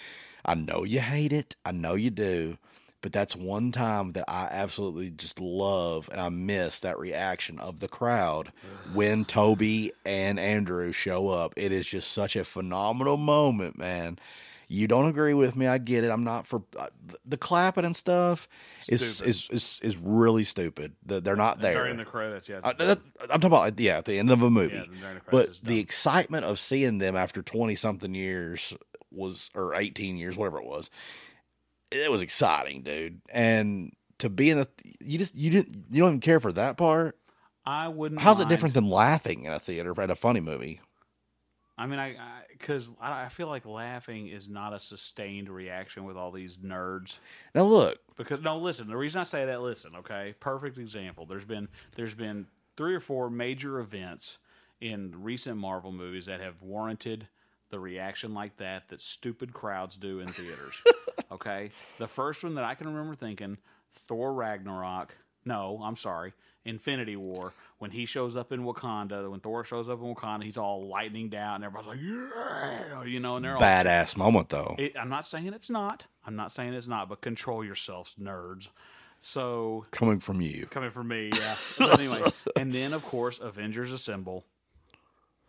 I know you hate it. I know you do. But that's one time that I absolutely just love and I miss that reaction of the crowd when Toby and Andrew show up. It is just such a phenomenal moment, man. You don't agree with me. I get it. I'm not for uh, th- the clapping and stuff is,
Stupid.
is is is really stupid. The- They're not there.
During the credits, yeah.
Uh, that- I'm talking about yeah, at the end of a movie.
yeah, during the credits.
But
it's
the
dumb.
excitement of seeing them after 20 something years was, or 18 years, whatever it was, it was exciting, dude. And to be in a, you just, you didn't, you don't even care for that part.
I wouldn't.
How's it
mind-
different than laughing in a theater at a funny movie?
I mean, I because I, I feel like laughing is not a sustained reaction with all these nerds.
Now, look,
Because no, listen. The reason I say that, listen, okay. Perfect example. There's been there's been three or four major events in recent Marvel movies that have warranted the reaction like that that stupid crowds do in theaters. okay, the first one that I can remember thinking, Thor Ragnarok. No, I'm sorry, Infinity War. When he shows up in Wakanda, when Thor shows up in Wakanda, he's all lightning down, and everybody's like, yeah, you know, and they're all
badass moment though.
it, I'm not saying it's not. I'm not saying it's not, but control yourselves, nerds. So
coming from you.
coming from me, yeah. So anyway, and then of course, Avengers Assemble.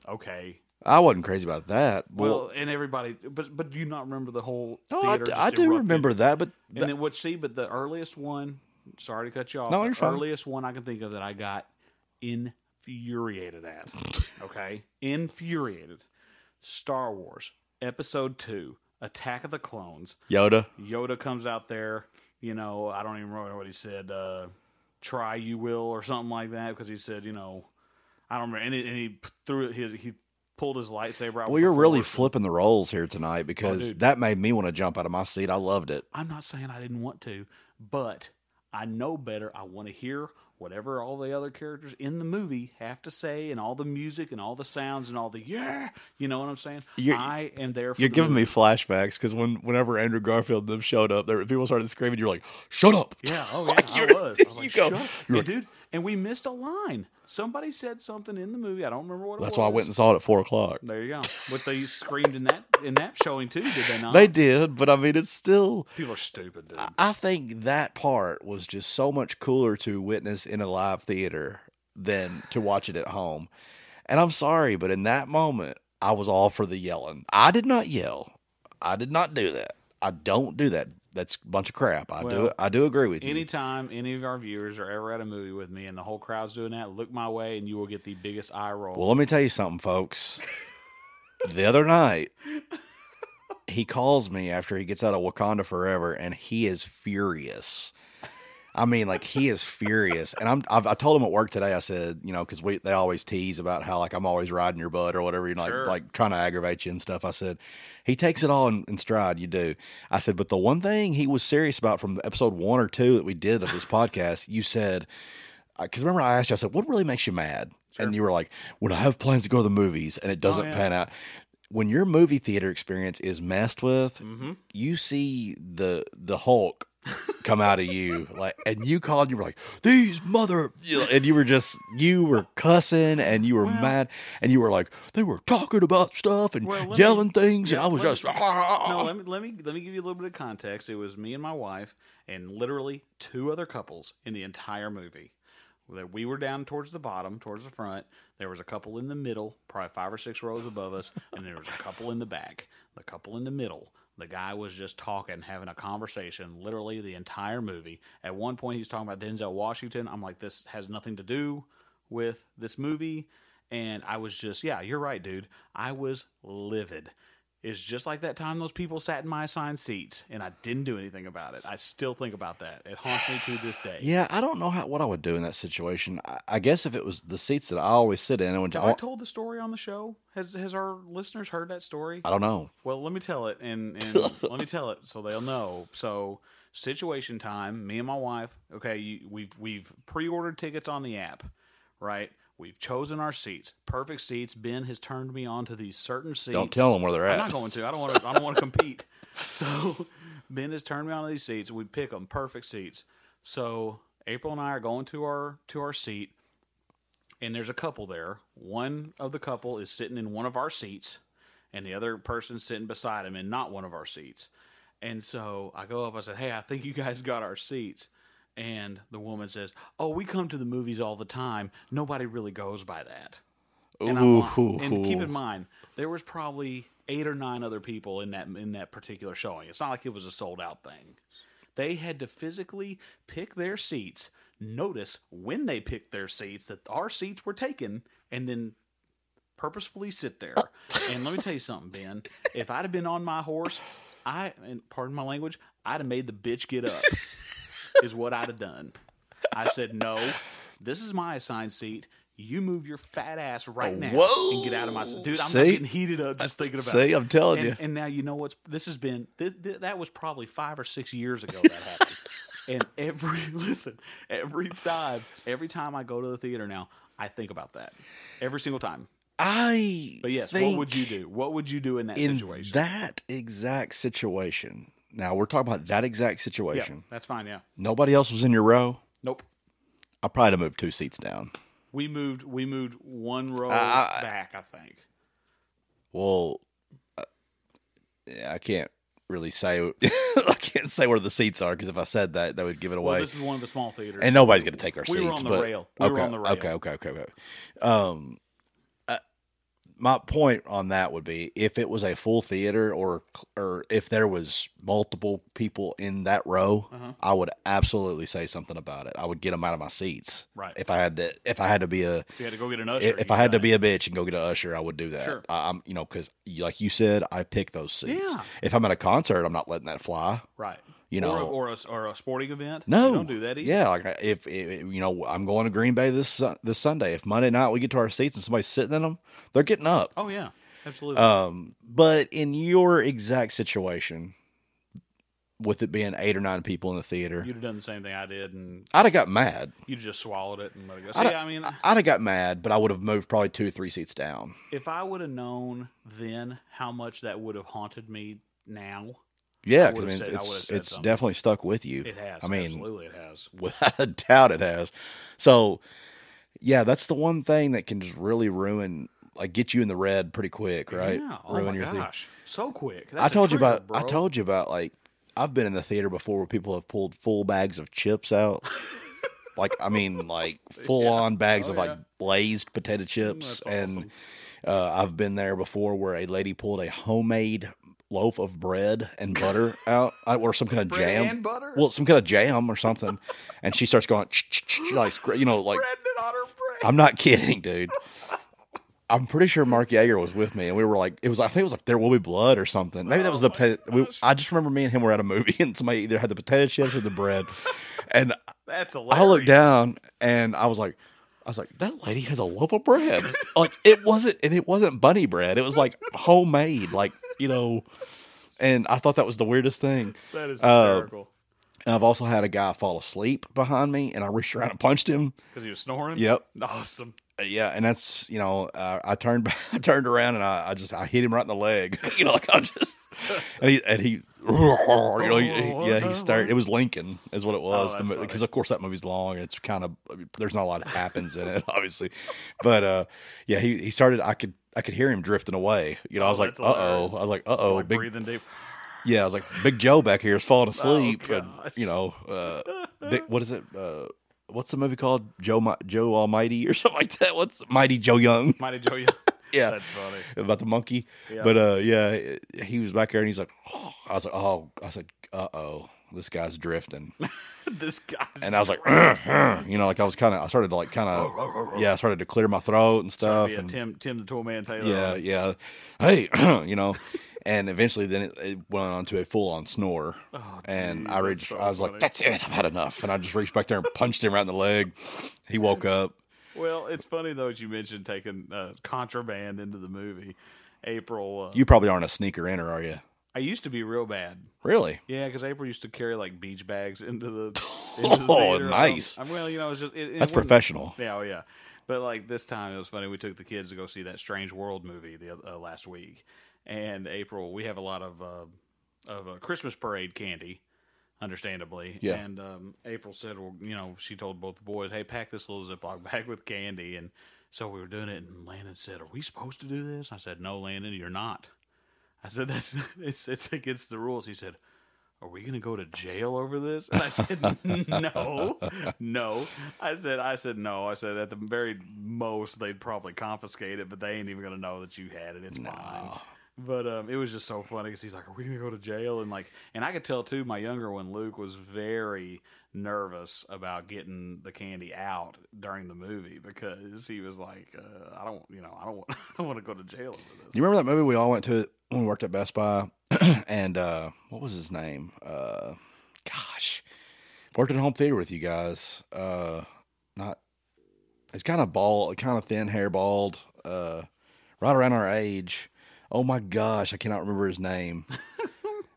Okay.
I wasn't crazy about that.
Well,
Well,
and everybody, but but do you not remember the whole?
no, I,
theater
d-
just
I do
erupted?
remember that, but
And then what? See, but the earliest one. Sorry to cut you off.
No,
the
you're fine.
Earliest one I can think of that I got infuriated at. Okay, infuriated. Star Wars Episode Two: Attack of the Clones.
Yoda.
Yoda comes out there. You know, I don't even remember what he said. Uh, Try you will or something like that because he said, you know, I don't remember. And he, and he p- threw it. He, he pulled his lightsaber out.
Well,
with
you're
the
really
Force.
flipping the roles here tonight because
Oh, dude.
that made me want to jump out of my seat. I loved it.
I'm not saying I didn't want to, but I know better. I want to hear whatever all the other characters in the movie have to say, and all the music, and all the sounds, and all the yeah. You know what I'm saying?
You're-
I am there. For
You're
the
giving
movie.
me flashbacks because when whenever Andrew Garfield and them showed up, there people started screaming. You're like, "Shut up!"
Yeah, oh yeah, I was. I was
you
like,
go-
"Shut up."
you're
And dude, and we missed a line. Somebody said something in the movie. I don't remember what.
That's
it was.
why I went and saw it at four o'clock.
There you go. Which they screamed in that in that showing too, did they not?
They did, but I mean, it's still.
People are stupid, dude.
I- I think that part was just so much cooler to witness in a live theater than to watch it at home. And I'm sorry, but in that moment, I was all for the yelling. I did not yell. I did not do that. I don't do that. That's a bunch of crap. I
Well,
do. I do agree with you.
Anytime any of our viewers are ever at a movie with me and the whole crowd's doing that, look my way and you will get the biggest eye roll.
Well, let me tell you something, folks. the other night, he calls me after he gets out of Wakanda Forever, and he is furious. I mean, like he is furious, and I'm. I've, I told him at work today. I said, you know, because we they always tease about how like I'm always riding your butt or whatever, you know,
Sure.
like like trying to aggravate you and stuff. I said, he takes it all in, in stride. You do. I said, but the one thing he was serious about from episode one or two that we did of this podcast, you said, because remember I asked you, I said, what really makes you mad? And you were like, when I have plans to go to the movies and it doesn't
Oh, yeah.
pan out. When your movie theater experience is messed with,
hmm
you see the the Hulk come out of you, like, and you called and you were like, "These mother," you know, and you were just you were cussing and you were
Well-
mad and you were like, "They were talking about stuff and
Well, let me-
yelling things,"
yeah,
and I was
let me-
just "Ah,
No, let me, let me let me give you a little bit of context. It was me and my wife and literally two other couples in the entire movie. That we were down towards the bottom, towards the front. There was a couple in the middle, probably five or six rows above us, and there was a couple in the back. The couple in the middle. The guy was just talking, having a conversation, literally the entire movie. At one point, he was talking about Denzel Washington. I'm like, this has nothing to do with this movie. And I was just, yeah, you're right, dude. I was livid. It's just like that time those people sat in my assigned seats and I didn't do anything about it. I still think about that. It haunts me to this day.
yeah, I don't know how what I would do in that situation. I, I guess if it was the seats that I always sit in, and when
Have
I,
I told the story on the show? Has has our listeners heard that story?
I don't know.
Well, let me tell it, and, and let me tell it so they'll know. So, situation time. Me and my wife. Okay, you, we've we've pre-ordered tickets on the app, right? We've chosen our seats, perfect seats. Ben has turned me on to these certain seats.
Don't tell them where they're
I'm not
at.
going to. I don't want to. I don't want to compete. So Ben has turned me on to these seats. We pick them, perfect seats. So April and I are going to our to our seat, and there's a couple there. One of the couple is sitting in one of our seats, and the other person's sitting beside him in not one of our seats. And so I go up. I said, "Hey, I think you guys got our seats." And the woman says, "Oh, we come to the movies all the time. Nobody really goes by that." and, I'm like-
Ooh.
and keep in mind there was probably eight or nine other people in that in that particular showing. It's not like it was a sold out thing. They had to physically pick their seats, notice when they picked their seats that our seats were taken, and then purposefully sit there. and let me tell you something, Ben. If I'd have been on my horse, I and pardon my language, I'd have made the bitch get up. is what I'd have done. I said, "No, this is my assigned seat. You move your fat ass right now
Whoa.
and get out of my seat, dude. I'm
See?
not getting heated up just thinking about
See,
it.
I'm telling you.
And, and now you know what's this has been. Th- th- that was probably five or six years ago that happened. and every listen, every time, every time I go to the theater now, I think about that every single time.
I.
But yes, what would you
think-
do? What would you do in that
in
situation?
that exact situation. Now we're talking about that exact
yeah,
situation.
that's fine. Yeah,
Nobody else was in your row.
nope.
I probably have moved two seats down.
We moved. We moved one row
I-
back. I think.
Well, uh, yeah, I can't really say. I can't say where the seats are because if I said that, that would give it away.
Well, this is one of the small theaters.
and nobody's going to take our
We
seats.
were on the
but-
rail. We
okay,
were on the rail.
Okay, okay, okay, okay. Um, uh, my point on that would be if it was a full theater or or if there was multiple people in that row,
Uh-huh.
I would absolutely say something about it. I would get them out of my seats.
Right.
If I had to, if I had to be a,
If you had to go get an usher.
if,
you
I had to
could.
be a bitch and go get a usher, I would do that.
Sure.
I, I'm, you know, because like you said, I pick those seats.
Yeah.
If I'm at a concert, I'm not letting that fly.
right,
you
Or-
know.
or a, or a, sporting event.
No,
you don't do that e-, either.
Yeah, like I- if, if you know, I'm going to Green Bay this Sun- this Sunday. If Monday night we get to our seats and somebody's sitting in them, they're getting up.
Oh yeah, absolutely.
Um, but in your exact situation, with it being eight or nine people in the theater,
you'd have done the same thing I did, and
I'd have got mad.
you'd have just swallowed it and let it go.
I
See,
don't-
I mean,
I'd have got mad, but I would have moved probably two or three seats down.
if I would have known then how much that would have haunted me now,
Yeah,
I
because I
would've
mean,
said- I would've
it's
said
it's
something.
definitely stuck with you.
It has.
I mean,
absolutely, it has.
without a doubt, it has. So, yeah, that's the one thing that can just really ruin, like, get you in the red pretty quick, right?
Yeah. Oh
ruin
my
your thing.
gosh. So quick.
I
That's a
told you
trigger,
about. I
bro.
told you about like I've been in the theater before where people have pulled full bags of chips out. like I mean, like full on bags
Oh,
of
yeah. Mm,
like glazed potato chips,
that's
and
awesome.
uh, I've been there before where a lady pulled a homemade loaf of bread and butter out, uh, or some kind of
Bread
jam.
and butter?
Well, some kind of jam or something, and she starts going "Ch- ch- ch," like scr- you know, oh, like
Brandon on her brain.
I'm not kidding, dude. I'm pretty sure Mark Yeager was with me, and we were like, it was. I think it was like "There Will Be Blood" or something. Maybe that was the potato. We, I just remember me and him were at a movie, and somebody either had the potato chips or the bread, and
That's hilarious.
I looked down and I was like, I was like, that lady has a loaf of bread. like it wasn't, and it wasn't bunny bread. It was like homemade, like you know. And I thought that was the weirdest thing.
That is
Uh,
hysterical.
And I've also had a guy fall asleep behind me, and I reached around and punched him.
Because he was snoring.
Yep.
Awesome.
Uh, yeah, and that's you know, uh, I turned back- I turned around and I, I just I hit him right in the leg. you know, like I'm just and he and he you know he, he- yeah he started. It was Lincoln is what it was
Oh, that's funny.
because of course that movie's long and it's kind of I mean, there's not a lot that happens in it obviously, but uh yeah he he started I could. I could hear him drifting away. You know, I was like,
that's
"Uh oh!"
hilarious.
I was like, "Uh oh!"
like
big
breathing deep.
yeah, I was like, Big Joe back here is falling asleep, and
gosh.
you know, uh, big, what is it? Uh, what's the movie called? Joe Mi- Joe Almighty or something like that. What's Mighty Joe Young?
Mighty Joe.
Yeah,
That's funny.
about the monkey.
Yeah.
But uh, yeah, it- he was back there, and he's like, oh. I was like, oh, I said, uh oh, this guy's drifting,
this guy.
and I was like, "Uh, uh," you know, like I was kind of, I started to like kind of, yeah, I started to clear my throat and stuff,
yeah,
and
Tim, Tim the Toolman Taylor.
yeah, yeah, hey, you know, and eventually then it, it went on to a full on snore, and I
Oh, that's
reached,
so
I was
funny.
like, that's it, I've had enough, and I just reached back there and punched him right in the leg. He woke up.
Well, it's funny though that you mentioned taking uh, contraband into the movie. April, uh,
You probably aren't a sneaker inner, are you?
I used to be real bad.
Really?
Yeah, because April used to carry like beach bags into the. Into the
Oh,
theater. I don't-
nice.
I'm well, you know, it's just it, it
That's
wasn't-
professional.
Yeah, oh yeah. But like this time, it was funny. We took the kids to go see that Strange World movie the oth- uh, last week, and April. We have a lot of uh, of uh, Christmas parade candy, understandably.
Yeah.
And um, April said, "Well, you know," she told both the boys, "Hey, pack this little Ziploc bag with candy." And so we were doing it, and Landon said, "Are we supposed to do this?" I said, "No, Landon, you're not." I said, "That's it's it's against the rules." He said are we gonna go to jail over this? And I said, no, no. I said, I said no. I said at the very most they'd probably confiscate it, but they ain't even gonna know that you had it. It's fine. But um, it was just so funny because he's like, "Are we gonna go to jail?" And like, and I could tell too. My younger one, Luke, was very nervous about getting the candy out during the movie because he was like, uh, "I don't, you know, I don't, want, I don't want to go to jail over this."
You remember that movie we all went to when we worked at Best Buy, and uh, what was his name? Uh, gosh, worked at home theater with you guys. Uh, not, it's kind of bald, kind of thin hair, bald, uh, right around our age. Oh my gosh, I cannot remember his name.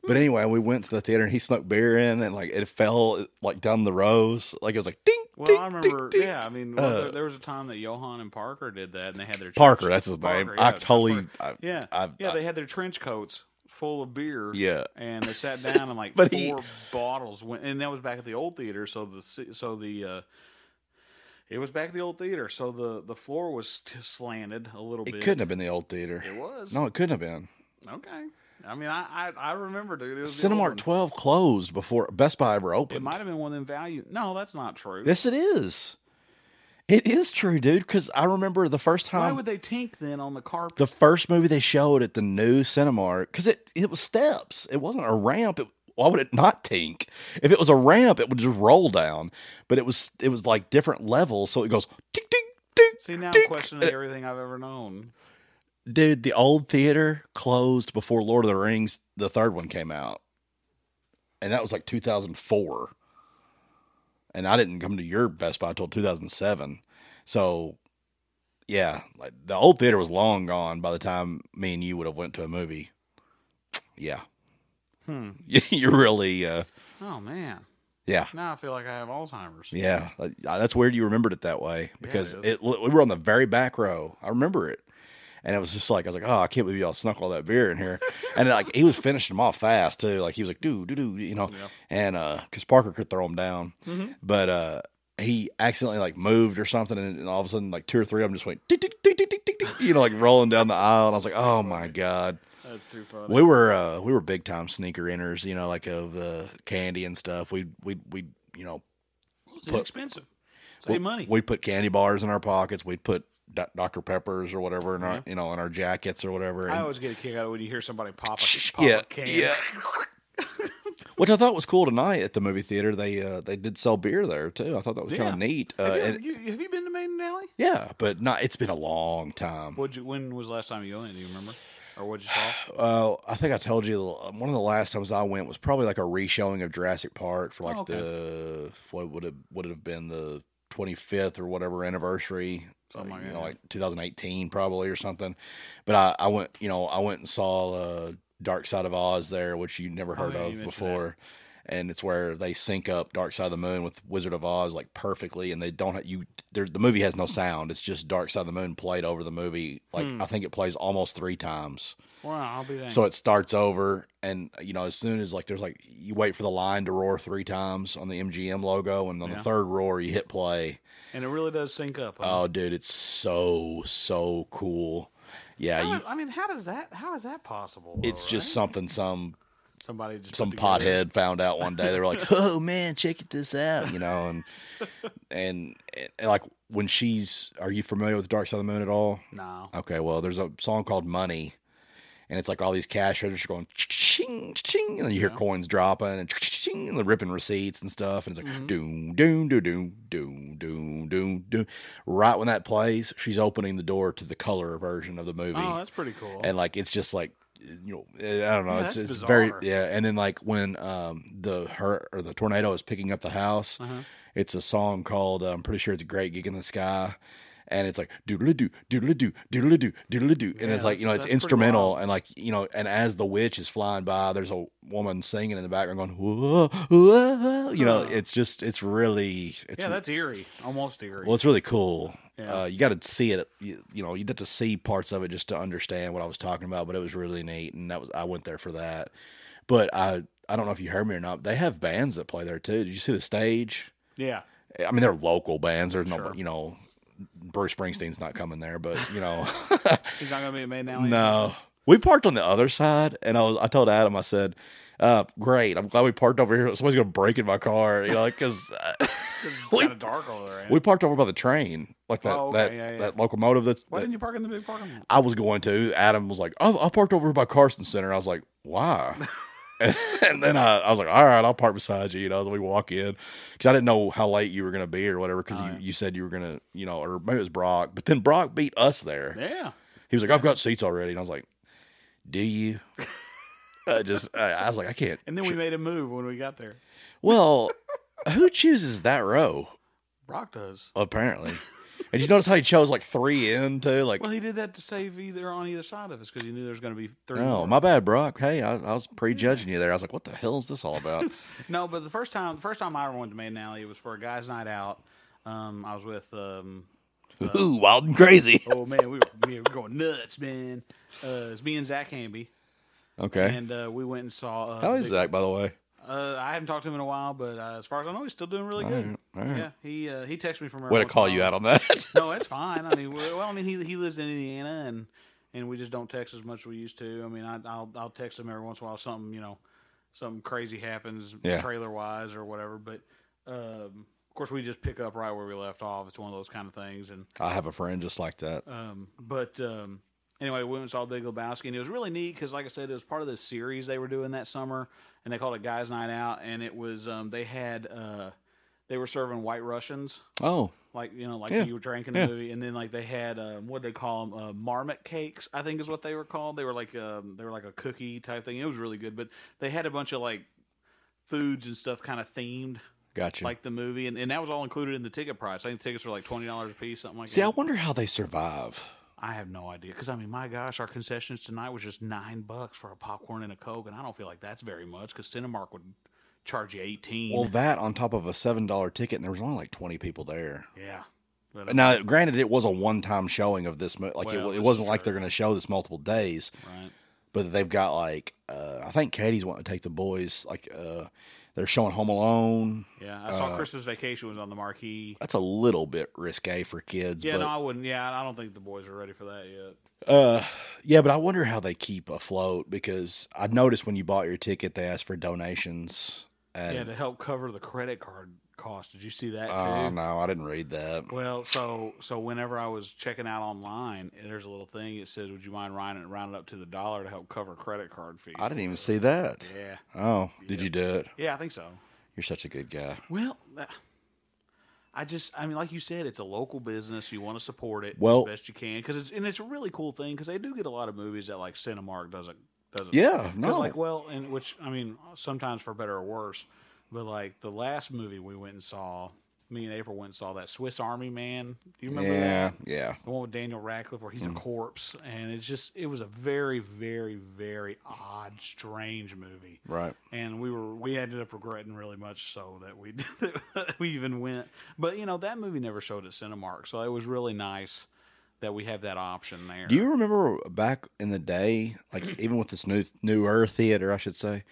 but anyway, we went to the theater and he snuck beer in, and like it fell like down the rows, like it was like ding.
Well,
ding,
I
ding,
remember.
ding.
Yeah, I mean, well,
Uh,
there, there was a time that Johan and Parker did that, and they had their
Parker,
trench-
that's his name.
Parker,
I
yeah,
totally,
Parker.
I,
yeah,
I've-
yeah.
I-
they had their trench coats full of beer.
Yeah.
and they sat down and like
But he-
four bottles went, and that was back at the old theater. So the si- so the uh, it was back at the old theater. So the the floor was t- slanted a little
it
bit.
couldn't have been the old theater.
It was
No, it couldn't have been.
okay. I mean, I I, I remember, dude. It was the old one.
Cinemark 12 closed before Best Buy ever
It
opened.
might have been one of them value. No, that's not true.
yes, it is. It is true, dude. Because I remember the first
Why
time,
would they tink then on the carpet?
the first movie they showed at the new Cinemark, because it it was steps. It wasn't a ramp. It, why would it not tink? If it was a ramp, it would just roll down. But it was it was like different levels, so it goes tink tink tink.
See, now I'm
tink.
questioning everything I've ever known.
Dude, the old theater closed before Lord of the Rings, the third one came out. And that was like 2004. And I didn't come to your Best Buy until 2007. So, yeah, like the old theater was long gone by the time me and you would have went to a movie. Yeah.
Hmm.
You're really, uh,
Oh man.
yeah.
Now I feel like I have Alzheimer's.
Yeah. Uh, That's weird you remembered it that way because
is.
it, we were on the very back row. I remember it. And it was just like I was like, oh, I can't believe y'all snuck all that beer in here. And like he was finishing them off fast too. Like he was like, dude, do do, you know.
Yeah.
And uh, because Parker could throw them down,
Mhm.
but uh, he accidentally like moved or something, and, and all of a sudden like two or three of them just went, tick, tick, tick, tick, tick, tick, tick, you know, like rolling down the aisle. And I was like, oh my god.
That's too funny.
We were uh, we were big time sneaker inners, you know, like of uh, candy and stuff. We we we you know
it's inexpensive. Save
we,
money.
We'd put candy bars in our pockets. We'd put Do- Dr Peppers or whatever in our
Yeah.
you know in our jackets or whatever.
I
and-
always get a kick out of when you hear somebody pop a,
Shh,
pop a can.
yeah. Which I thought was cool tonight at the movie theater. They uh, they did sell beer there too. I thought that was
Yeah.
kind of neat. Uh,
Have, you,
and-
you- have you been to Maiden Alley?
yeah, but not. It's been a long time.
What'd you, when was the last time you went? Do you remember? Or what'd you saw?
Uh, I think I told you the- one of the last times I went was probably like a reshowing of Jurassic Park for like
Oh, okay.
the what would have would it have been the 25th or whatever anniversary,
Something like
you
that,
know,
yeah.
like 2018 probably or something. But I, I went, you know, I went and saw uh, Dark Side of Oz there, which you never
Oh,
heard
yeah, you
of
mentioned
before. And it's where they sync up Dark Side of the Moon with Wizard of Oz like perfectly, and they don't have you. there- The movie has no sound; it's just Dark Side of the Moon played over the movie. Like
Hmm.
I think it plays almost three times.
Well, I'll be there.
So it starts over, and you know, as soon as like there's like you wait for the line to roar three times on the MGM logo, and on
Yeah.
the third roar you hit play.
and it really does sync up. huh?
Oh, dude, it's so so cool. Yeah,
How-
you,
I mean, how does that? How is that possible? though,
it's just
right?
something some
somebody just put
some
together.
pothead found out one day. They were like, "Oh man, check it this out," you know, and and, and like when she's, are you familiar with Dark Side of the Moon at all?
No.
Okay, well, there's a song called Money, and it's like all these cash registers going ching ching, and then you hear
Yeah.
coins dropping and ching, and they're ripping receipts and stuff, and it's like
Mhm.
doom doom doom doom doom doom doom doom. Right when that plays, she's opening the door to the color version of the movie,
Oh, that's pretty cool.
and like it's just like you know eh, I don't know,
Yeah,
it's,
that's
it's very
bizarre.
yeah. And then like when um the her or the tornado is picking up the house,
uh-huh.
it's a song called uh, I'm pretty sure it's a great gig in the sky. And it's like doodle doo doodle doo doodle doo doodle doo, and
Yeah,
it's like
that's-
you know it's
that's pretty
instrumental,
wild.
and like you know, and as the witch is flying by, there's a woman singing in the background going, whoa, whoa. you know,
Huh.
it's just it's really it's
yeah, that's eerie. Almost eerie.
well, it's really cool.
Yeah.
Uh, you got to see it, you, you know, you get to see parts of it just to understand what I was talking about. But it was really neat, and that was I went there for that. But I I don't know if you heard me or not. They have bands that play there too. Did you see the stage?
yeah.
I mean, they're local bands. There's no,
Sure.
you know, Bruce Springsteen's not coming there, but you know,
He's not gonna be a Maiden Alley.
no. We parked on the other side, and I was I told Adam I said, uh, "Great, I'm glad we parked over here. Somebody's gonna break in my car, you know, because
It's
We-
kind of dark over there. ain't
we
it?
parked over by the train, like that
Oh, okay,
that,
yeah, yeah.
that locomotive that's
Why
that
didn't you park in the big parking lot?
I was going to. Adam was like, "Oh, I parked over by Carson Center." I was like, "Why?" and then I, I was like, "All right, I'll park beside you." You know, then we walk in because I didn't know how late you were going to be or whatever. Because
Oh,
you,
yeah.
you said you were going to, you know, or maybe it was Brock. But then Brock beat us there.
Yeah.
He was like, "I've got seats already," and I was like, "Do you?" I just, I, I was like, "I can't."
And then we made a move when we got there.
well, who chooses that row?
Brock does.
Apparently, and you notice how he chose like three in too, like.
Well, he did that to save either on either side of us because he knew there was going to be three.
Oh,
more.
my bad, Brock. Hey, I, I was prejudging you there. I was like, what the hell is this all about?
No, but the first time, the first time I ever went to Maiden Alley, it was for a guys' night out. Um, I was with. Um,
Ooh, wild and crazy.
oh man, we were, we were going nuts, man. Uh, it's me and Zach Hamby,
Okay.
and uh, we went and saw. Uh,
How
the
is
big-
Zach, by the way?
Uh, I haven't talked to him in a while, but uh, as far as I know, he's still doing really good.
all right.
Yeah, he uh, he texts me from. every
Oh, Way to
once in a
call you
while.
out on that.
no, that's fine. I mean, well, I mean, he he lives in Indiana, and and we just don't text as much as we used to. I mean, I, I'll I'll text him every once in a while. if Something you know, something crazy happens,
Yeah.
trailer wise or whatever. But um, of course, we just pick up right where we left off. It's one of those kind of things, and
I have a friend just like that.
um, but um, anyway, we went and saw Big Lebowski, and it was really neat because, like I said, it was part of this series they were doing that summer, and they called it Guys Night Out, and it was um, they had uh, they were serving White Russians
Oh,
like you know, like
Yeah.
you were drinking the movie, and then like they had um, what they call them, uh, marmot cakes, I think is what they were called. They were like um, they were like a cookie type thing. It was really good, but they had a bunch of like foods and stuff kind of themed
gotcha.
like the movie, and, and that was all included in the ticket price. I think the tickets were like twenty dollars a piece, something like
See, I
that.
wonder how they survive.
I have no idea because I mean, my gosh, our concessions tonight was just nine bucks for a popcorn and a coke, and I don't feel like that's very much because Cinemark would charge you eighteen.
Well, that on top of a $7 ticket, and there was only like 20 people there.
yeah, But, uh,
Now, granted, it was a one-time showing of this. mo- Like
Well,
it,
this
it wasn't
is
like they're
true.
going to show this multiple days.
right.
But they've got like uh, I think Katie's wanting to take the boys. Like uh, they're showing Home Alone.
Yeah, I
Uh,
saw Christmas Vacation was on the marquee.
That's a little bit risque for kids.
Yeah,
but,
no, I wouldn't. Yeah, I don't think the boys are ready for that yet.
Uh, yeah, but I wonder how they keep afloat because I noticed when you bought your ticket, they asked for donations. And,
yeah, to help cover the credit card cost. Did you see that too?
oh no, I didn't read that.
Well, so so whenever I was checking out online, there's a little thing that says, "Would you mind rounding round it up to the dollar to help cover credit card fees?"
I didn't even see that.
Yeah,
Oh, did you do it?
yeah, I think so.
You're such a good guy.
Well, that- I just, I mean, like you said, it's a local business. You want to support it
Well-
as best you can because it's and it's a really cool thing because they do get a lot of movies that like Cinemark doesn't doesn't.
Yeah, no.
Because like well, and which I mean, sometimes for better or worse, but like the last movie we went and saw, me and April went and saw that Swiss Army Man. Do you remember that?
yeah, Mm. yeah.
the one with Daniel Radcliffe where he's a corpse, and it's just it was a very, very, very odd, strange movie.
Right.
And we were we ended up regretting really much so that we that we even went. But you know that movie never showed at Cinemark, so it was really nice that we have that option there.
Do you remember back in the day, like even with this new newer theater, I should say?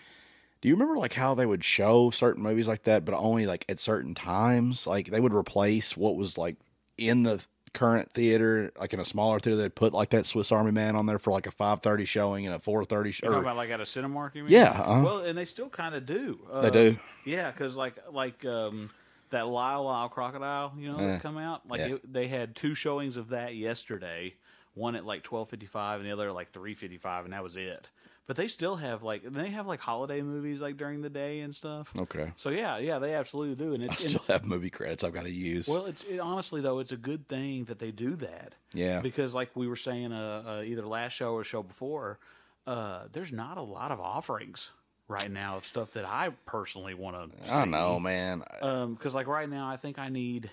Do you remember like how they would show certain movies like that, but only like at certain times? Like they would replace what was like in the current theater, like in a smaller theater, they'd put like that Swiss Army Man on there for like a five thirty showing and a four thirty
You're talking
show.
about like at a Cinemark, you mean?
Yeah, uh-huh.
Well, and they still kind of do. Uh,
They do.
Yeah, because like like um, that Lyle Lyle Crocodile, you know, that come out. Like
Uh, yeah.
it, they had two showings of that yesterday. One at like twelve fifty five, and the other at like three fifty five, and that was it. But they still have like and they have like holiday movies like during the day and stuff.
Okay.
So yeah, yeah, they absolutely do, and
I
it's and-
still have movie credits I've got to use.
well, it's it, honestly though, it's a good thing that they do that.
Yeah.
Because like we were saying, uh, uh, either last show or show before, uh, there's not a lot of offerings right now of stuff that I personally want to.
I know, man.
Because Um, like right now, I think I need,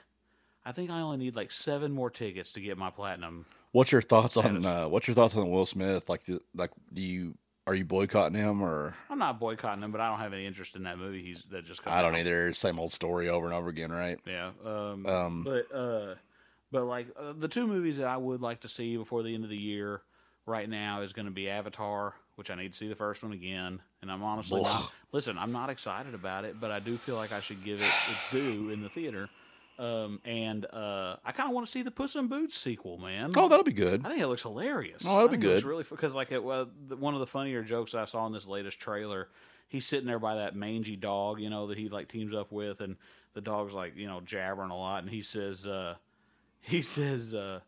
I think I only need like seven more tickets to get my platinum.
What's your thoughts on uh, what's your thoughts on Will Smith? Like, th- like, do you are you boycotting him or?
I'm not boycotting him, but I don't have any interest in that movie. He's that just. Come
I don't
out.
either. Same old story over and over again, right?
Yeah. Um,
Um,
but uh, but like uh, the two movies that I would like to see before the end of the year right now is going to be Avatar, which I need to see the first one again. And I'm honestly not, listen, I'm not excited about it, but I do feel like I should give it its due in the theater. Um, and uh, I kind of want to see the Puss in Boots sequel, man.
Oh, that'll be good.
I think it looks hilarious.
Oh, that'll
I
be
think it looks
good.
Really, because like it, well, the, one of the funnier jokes I saw in this latest trailer, he's sitting there by that mangy dog, you know, that he like teams up with, and the dog's like you know jabbering a lot, and he says, uh, he says, uh,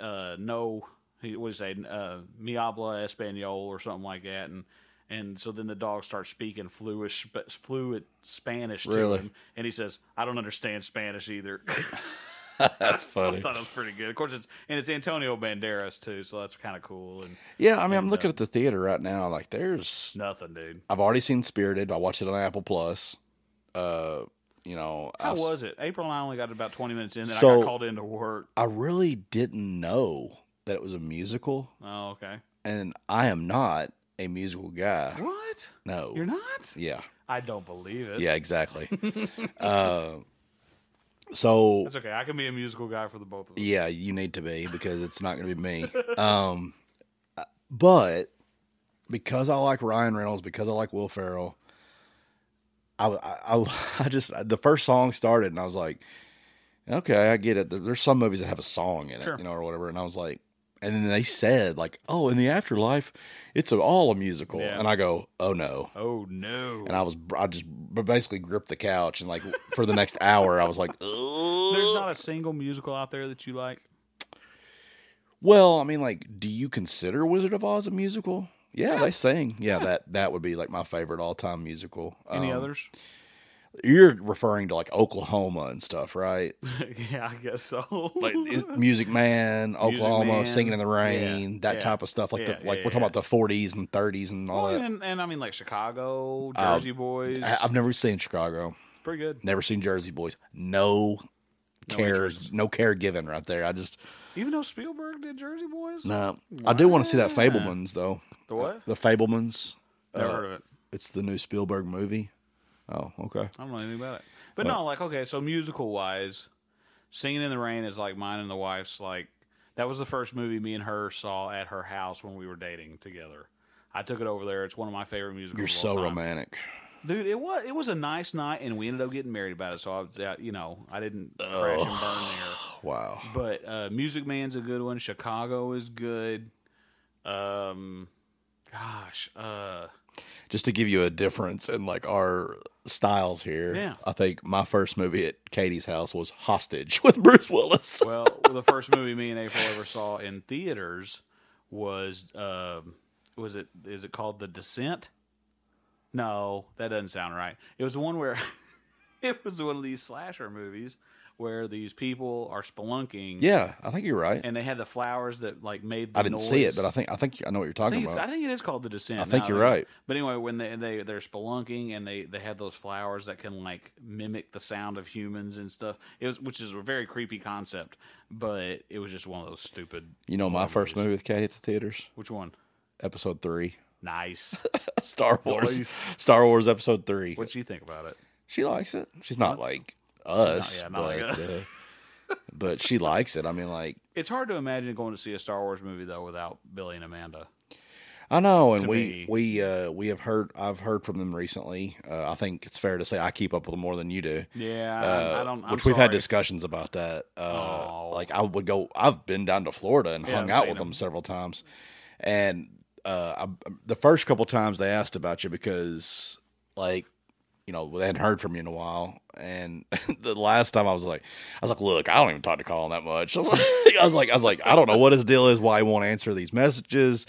uh, no, he what did he say, uh, "Me habla español" or something like that, and. And so then the dog starts speaking fluid, sp- fluid Spanish
Really?
to him, and he says, "I don't understand Spanish either."
That's
I
funny.
thought it was pretty good. Of course, it's and it's Antonio Banderas too, so that's kind of cool and
Yeah, I mean, I'm looking at the theater right now. Like, there's.
nothing, dude.
I've already seen Spirited. I watched it on Apple Plus. Uh, you know, I,
How
s-
was it? April and I only got about twenty minutes in, then I
So-
got called into work.
I really didn't know that it was a musical,
Oh, okay.
and I am not a musical guy.
What?
No.
You're not?
Yeah.
I don't believe it.
Yeah. Exactly. uh, so
that's okay. I can be a musical guy for the both of us.
Yeah, you need to be because it's not going to be me. Um, but because I like Ryan Reynolds, because I like Will Ferrell, I, I, I- I just the first song started and I was like, okay, I get it. There- There's some movies that have a song in it,
Sure.
you know, or whatever. And I was like, and then they said like, oh, in the afterlife, it's all a musical,
Yeah.
and I go, oh no.
Oh no.
And I was, I just basically gripped the couch, and like for the next hour, I was like,
There's not a single musical out there that you like.
Well, I mean, like, do you consider Wizard of Oz a musical? Yeah, they sing. Yeah, that that would be like my favorite all time musical.
Any
Um,
others?
You're referring to like Oklahoma and stuff, right?
yeah, I guess so.
Like is- Music Man, Oklahoma,
Man.
Singing in the Rain,
Yeah,
that
yeah.
type of stuff. Like
Yeah,
the,
yeah,
like
yeah,
we're talking about the 40s and 30s and all
Well,
that.
and, and I mean like Chicago,
Uh,
Jersey Boys.
I, I've never seen Chicago.
pretty good.
Never seen Jersey Boys. No.
No
Care,
interest.
no care given right there. I just
Even though Spielberg did Jersey Boys?
no. I do want to see that
Wow.
Fablemans though.
The what? Oh.
The Fablemans.
Never
uh,
heard of it.
It's the new Spielberg movie. Oh, okay.
I don't know anything about it. But no, like okay, so musical wise, Singing in the Rain is like mine and the wife's like that was the first movie me and her saw at her house when we were dating together. I took it over there. It's one of my favorite musicals.
You're
of all
so
time.
romantic.
dude. It was it was a nice night, and we ended up getting married about it. So I was, uh, you know, I didn't crash and burn there.
Wow.
But uh, Music Man's a good one. Chicago is good. Um, gosh, uh,
Just to give you a difference in like our styles here.
Yeah.
I think my first movie at Katie's house was Hostage with Bruce Willis.
well, the first movie me and April ever saw in theaters was um, was it is it called The Descent? No, that doesn't sound right. It was the one where it was one of these slasher movies where these people are spelunking.
Yeah, I think you're right.
And they had the flowers that like made. The
I didn't see it,
noise.
but I think I think I know what you're
I
talking
think, it's,
about.
I think it is called the descent.
I think
now
you're
that-
right.
But anyway, when they they they're spelunking and they they have those flowers that can like mimic the sound of humans and stuff. It was which is a very creepy concept, but it was just one of those stupid.
You know my first movie with Katie at the theaters,
Which one?
episode three,
Nice.
Star Wars.
Nice.
Star Wars episode three.
What'd you think about it?
She likes it. She's not like us,
yeah, not like
but,
us.
uh, but she likes it. I mean, like
It's hard to imagine going to see a Star Wars movie though without Billy and Amanda.
I know, and
to
we
me.
we uh, we have heard. I've heard from them recently. Uh, I think it's fair to say I keep up with them more than you do.
Yeah,
Uh,
I don't. I'm
which we've had
sorry.
discussions about that. Uh,
Oh.
like I would go. I've been down to Florida and
Yeah,
hung
I've
out
seen
with them.
them.
several times, and uh, I, the first couple times they asked about you because like you know they hadn't heard from you in a while, and the last time I was like, I was like, look, I don't even talk to Colin that much. I was like, I was like, I, was like, I don't know what his deal is, why he won't answer these messages.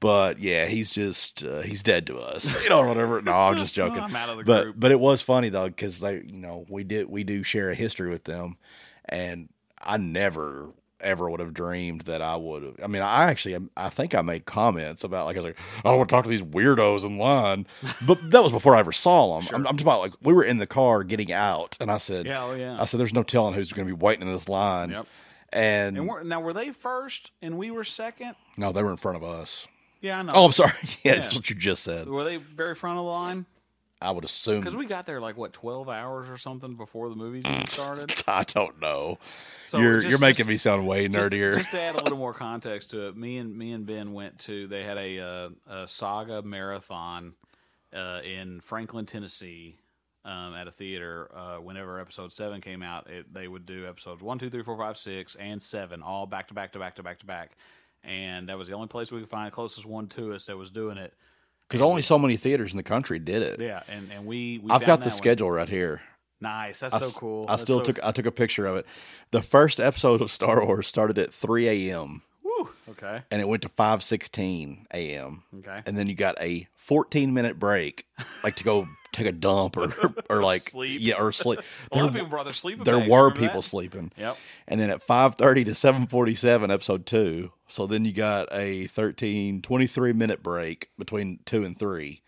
But yeah, he's just uh, he's dead to us, you know, or whatever. No, I'm just joking.
I'm out of the
but
group.
but it was funny though because they, you know, we did we do share a history with them, and I never ever would have dreamed that I would. have I mean, I actually um, I think I made comments about like I was like I don't want to talk to these weirdos in line, but that was before I ever saw them. I'm, I'm talking about like we were in the car getting out, and I said,
Yeah, oh yeah.
I said, there's no telling who's going to be waiting in this line.
Yep.
And,
And we're, now were they first and we were second?
no, they were in front of us.
Yeah, I know.
Oh, I'm sorry. Yeah,
Yeah.
that's what you just said.
Were they very front of the line?
I would assume.
Because we got there like what twelve hours or something before the movies even started.
I don't know.
So
you're
just-
you're making
just-
me sound way
just-
nerdier.
Just to add a little more context to it, me and me and Ben went to they had a, uh, a saga marathon uh, in Franklin, Tennessee, um, at a theater. Uh, whenever episode seven came out, it, they would do episodes one, two, three, four, five, six, and seven, all back to back to back to back to back. And that was the only place we could find the closest one to us that was doing it.
Because only so many theaters in the country did it.
Yeah, and and we, we
I've
found
got
that
the
one.
schedule right here.
Nice, that's
I s-
so cool.
I
That's
still
so-
took I took a picture of it. The first episode of Star Wars started at 3 a.m.
Woo. Okay.
and it went to 5:16 a.m.
Okay.
and then you got a 14 minute break, like to go take a dump or or like
Sleep.
yeah or sleep.
A lot
There,
of people brought their sleeping
there
bags,
were
remember that?
people sleeping.
Yep.
and then at 5.30 to 7.47 episode 2 so then you got a 13 23 minute break between 2 and 3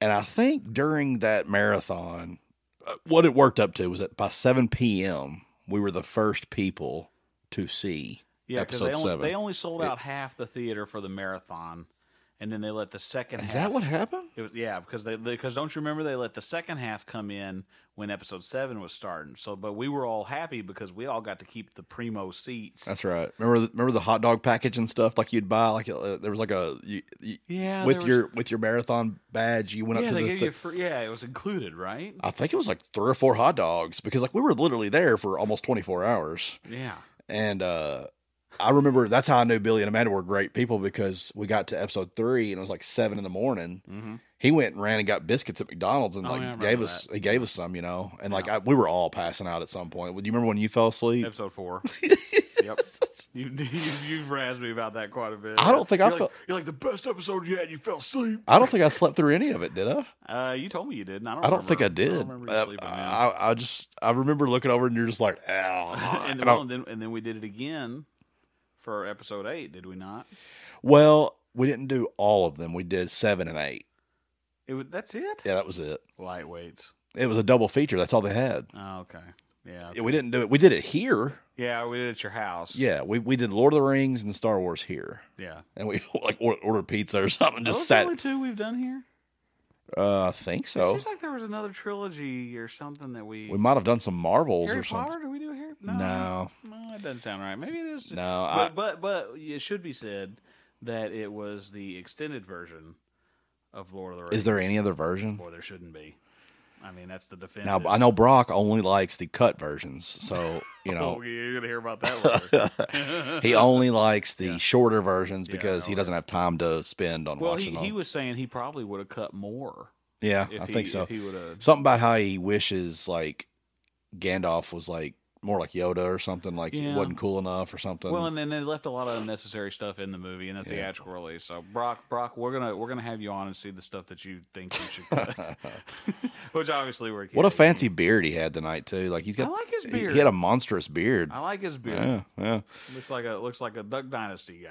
and i think during that marathon uh, what it worked up to was that by 7 p.m we were the first people to see
Yeah, because they,
episode
only-
7
they only sold out half the theater for the marathon, and then they let the second
is
half.
that what happened
It was, yeah, because they because don't you remember they let the second half come in when episode seven was starting. So, but we were all happy because we all got to keep the primo seats.
that's right remember the, remember the hot dog package and stuff like you'd buy like uh, there was like a you, you-
yeah, Uh,
with
there was-
your with your marathon badge you went
yeah,
up to
they
the Uh,
gave
thi-
you free, yeah, it was included, right?
I think it was like three or four hot dogs because like we were literally there for almost 24 hours.
Yeah,
And uh I remember that's how I knew Billy and Amanda were great people because we got to episode three and it was like seven in the morning.
mm-hmm.
He went and ran and got biscuits at McDonald's and
Oh,
like
yeah, I remember
gave us
that.
he gave us some, you know. And like
Yeah.
I, we were all passing out at some point. Do you remember when you fell asleep?
episode four. yep, you, you you've razzed me about that quite a bit.
I don't think I
You're like-
felt-
you're like the best episode you had. You fell asleep.
I don't think I slept through any of it, did I?
Uh, you told me you did. And I don't.
I don't
remember.
think I
I
did.
don't remember you
Uh,
sleeping. man.
I, I just I remember looking over and you're just like, "Ow."
and,
And Uh, I-
well, and then and then we did it again for episode eight, did we not?
well, we didn't do all of them. We did seven and eight.
It was, that's it.
Yeah, that was it.
Lightweights.
It was a double feature. That's all they had.
Oh, okay. Yeah.
Yeah, We didn't do it. We did it here.
Yeah, we did it at your house.
Yeah, we, we did Lord of the Rings and Star Wars here,
Yeah.
and we like or- ordered pizza or something.
Are
Just
those the
sat.
only two we've done here.
Uh, I think
It
so.
seems like there was another trilogy or something that we.
We might have done some Marvels
Harry
or something.
Potter? Do we do Harry?
No.
no, it doesn't sound right. Maybe it is.
No, I-
but, but but it should be said that it was the extended version of Lord of the Rings.
Is there any other version?
Or there shouldn't be. I mean, that's the
Now
definitive.
I know Brock only likes the cut versions, so you
Oh,
know
you're gonna hear about that later.
he only likes the shorter versions
Yeah,
because he
okay.
doesn't have time to spend on
well, he,
watching.
he
all-
was saying he probably would have cut more.
yeah,
If
I
he,
think so.
If he would have.
Something about how he wishes like Gandalf was like more like Yoda or something, like he
Yeah.
wasn't cool enough or something.
Well, and then they left a lot of unnecessary stuff in the movie in the
Yeah.
theatrical release. So, Brock, Brock, we're gonna we're gonna have you on and see the stuff that you think you should cut, which obviously we're.
what a
kidding.
fancy beard he had tonight too. Like he's got
I like his
he-
beard.
He, had a monstrous beard.
I like his beard.
Yeah, yeah.
Looks like a looks like a Duck Dynasty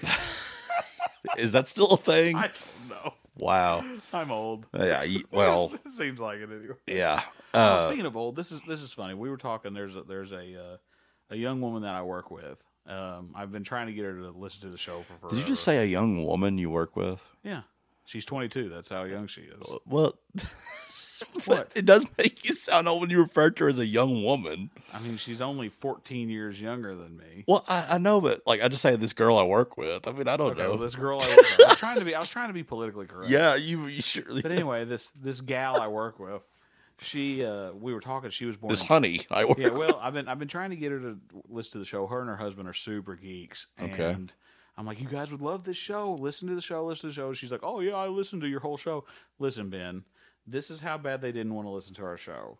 guy.
Is that still a thing?
I don't know.
Wow.
I'm old.
Yeah. you- Well.
it seems like it anyway.
Yeah.
Oh,
Uh,
speaking of old, this is this is funny. We were talking. There's a, there's a uh, a young woman that I work with. Um, I've been trying to get her to listen to the show for forever.
did you just say a young woman you work with?
Yeah, she's 22. That's how young she is.
Well,
What?
it does make you sound old when you refer to her as a young woman.
I mean, she's only 14 years younger than me.
Well, I, I know, but like I just say this girl I work with. I mean, I don't
Okay,
know.
well, this girl. I, work with- I was trying to be. I was trying to be politically correct.
Oh, yeah, you, you surely.
But anyway, this this gal I work with, she uh, we were talking. She was born
This
in
honey I work.
yeah, well, I've been I've been trying to get her to listen to the show. Her and her husband are super geeks. And
Okay.
I'm like, you guys would love this show. Listen to the show. Listen to the show. She's like, oh yeah, I listened to your whole show. Listen, Ben, this is how bad they didn't want to listen to our show.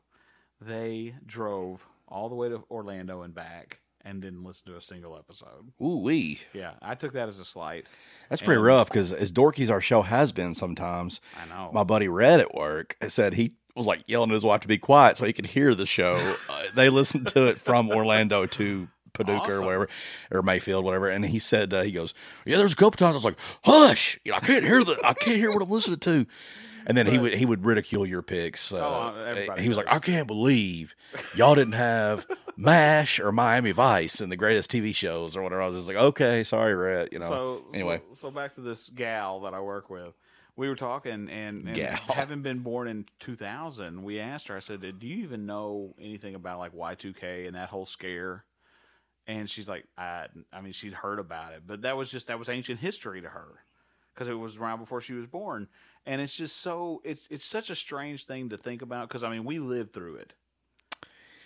They drove all the way to Orlando and back and didn't listen to a single episode.
Ooh wee,
Yeah, I took that as a slight.
that's pretty
And-
rough. Because as dorky as our show has been, sometimes
I know.
my buddy Red at work said he was like yelling at his wife to be quiet so he could hear the show. uh, they listened to it from Orlando to Paducah or
Awesome.
whatever, or Mayfield, whatever. And he said, uh, he goes, yeah, there's a couple times I was like, hush, you know, I can't hear the, I can't hear what I'm listening to. And then he would he would ridicule your picks. Uh,
Oh, everybody
he was like,
does.
"I can't believe y'all didn't have Mash or Miami Vice in the greatest TV shows or whatever." I was just like, "Okay, sorry, Rhett." You know.
so
anyway.
so, so back to this gal that I work with. We were talking, and, and
Gal.
having been born in 2000, we asked her. I said, "Do you even know anything about like Y2K and that whole scare?" And she's like, "I, I mean, she'd heard about it, but that was just that was ancient history to her because it was around before she was born." And it's just so it's it's such a strange thing to think about because I mean, we lived through it.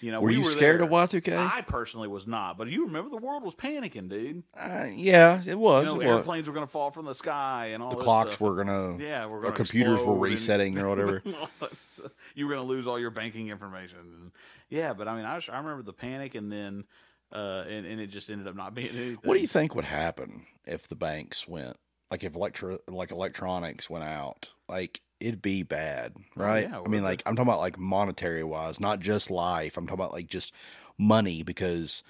You know,
were
we
you scared
there.
of Y2K?
I personally was not, but you remember the world was panicking, dude.
Uh, yeah, it was.
You know,
it was.
airplanes were going to fall from the sky and all
the
this
clocks
stuff.
were gonna
yeah, we're
or
gonna
computers were
explode and-
resetting or whatever
all that stuff. you were going to lose all your banking information. And- yeah, but I mean, I, was- I remember the panic, and then uh, and, and it just ended up not being anything.
what do you think would happen if the banks went like if electro like electronics went out like it'd be bad right
Oh, yeah,
i mean
would.
like i'm talking about like monetary wise not just life i'm talking about like just money because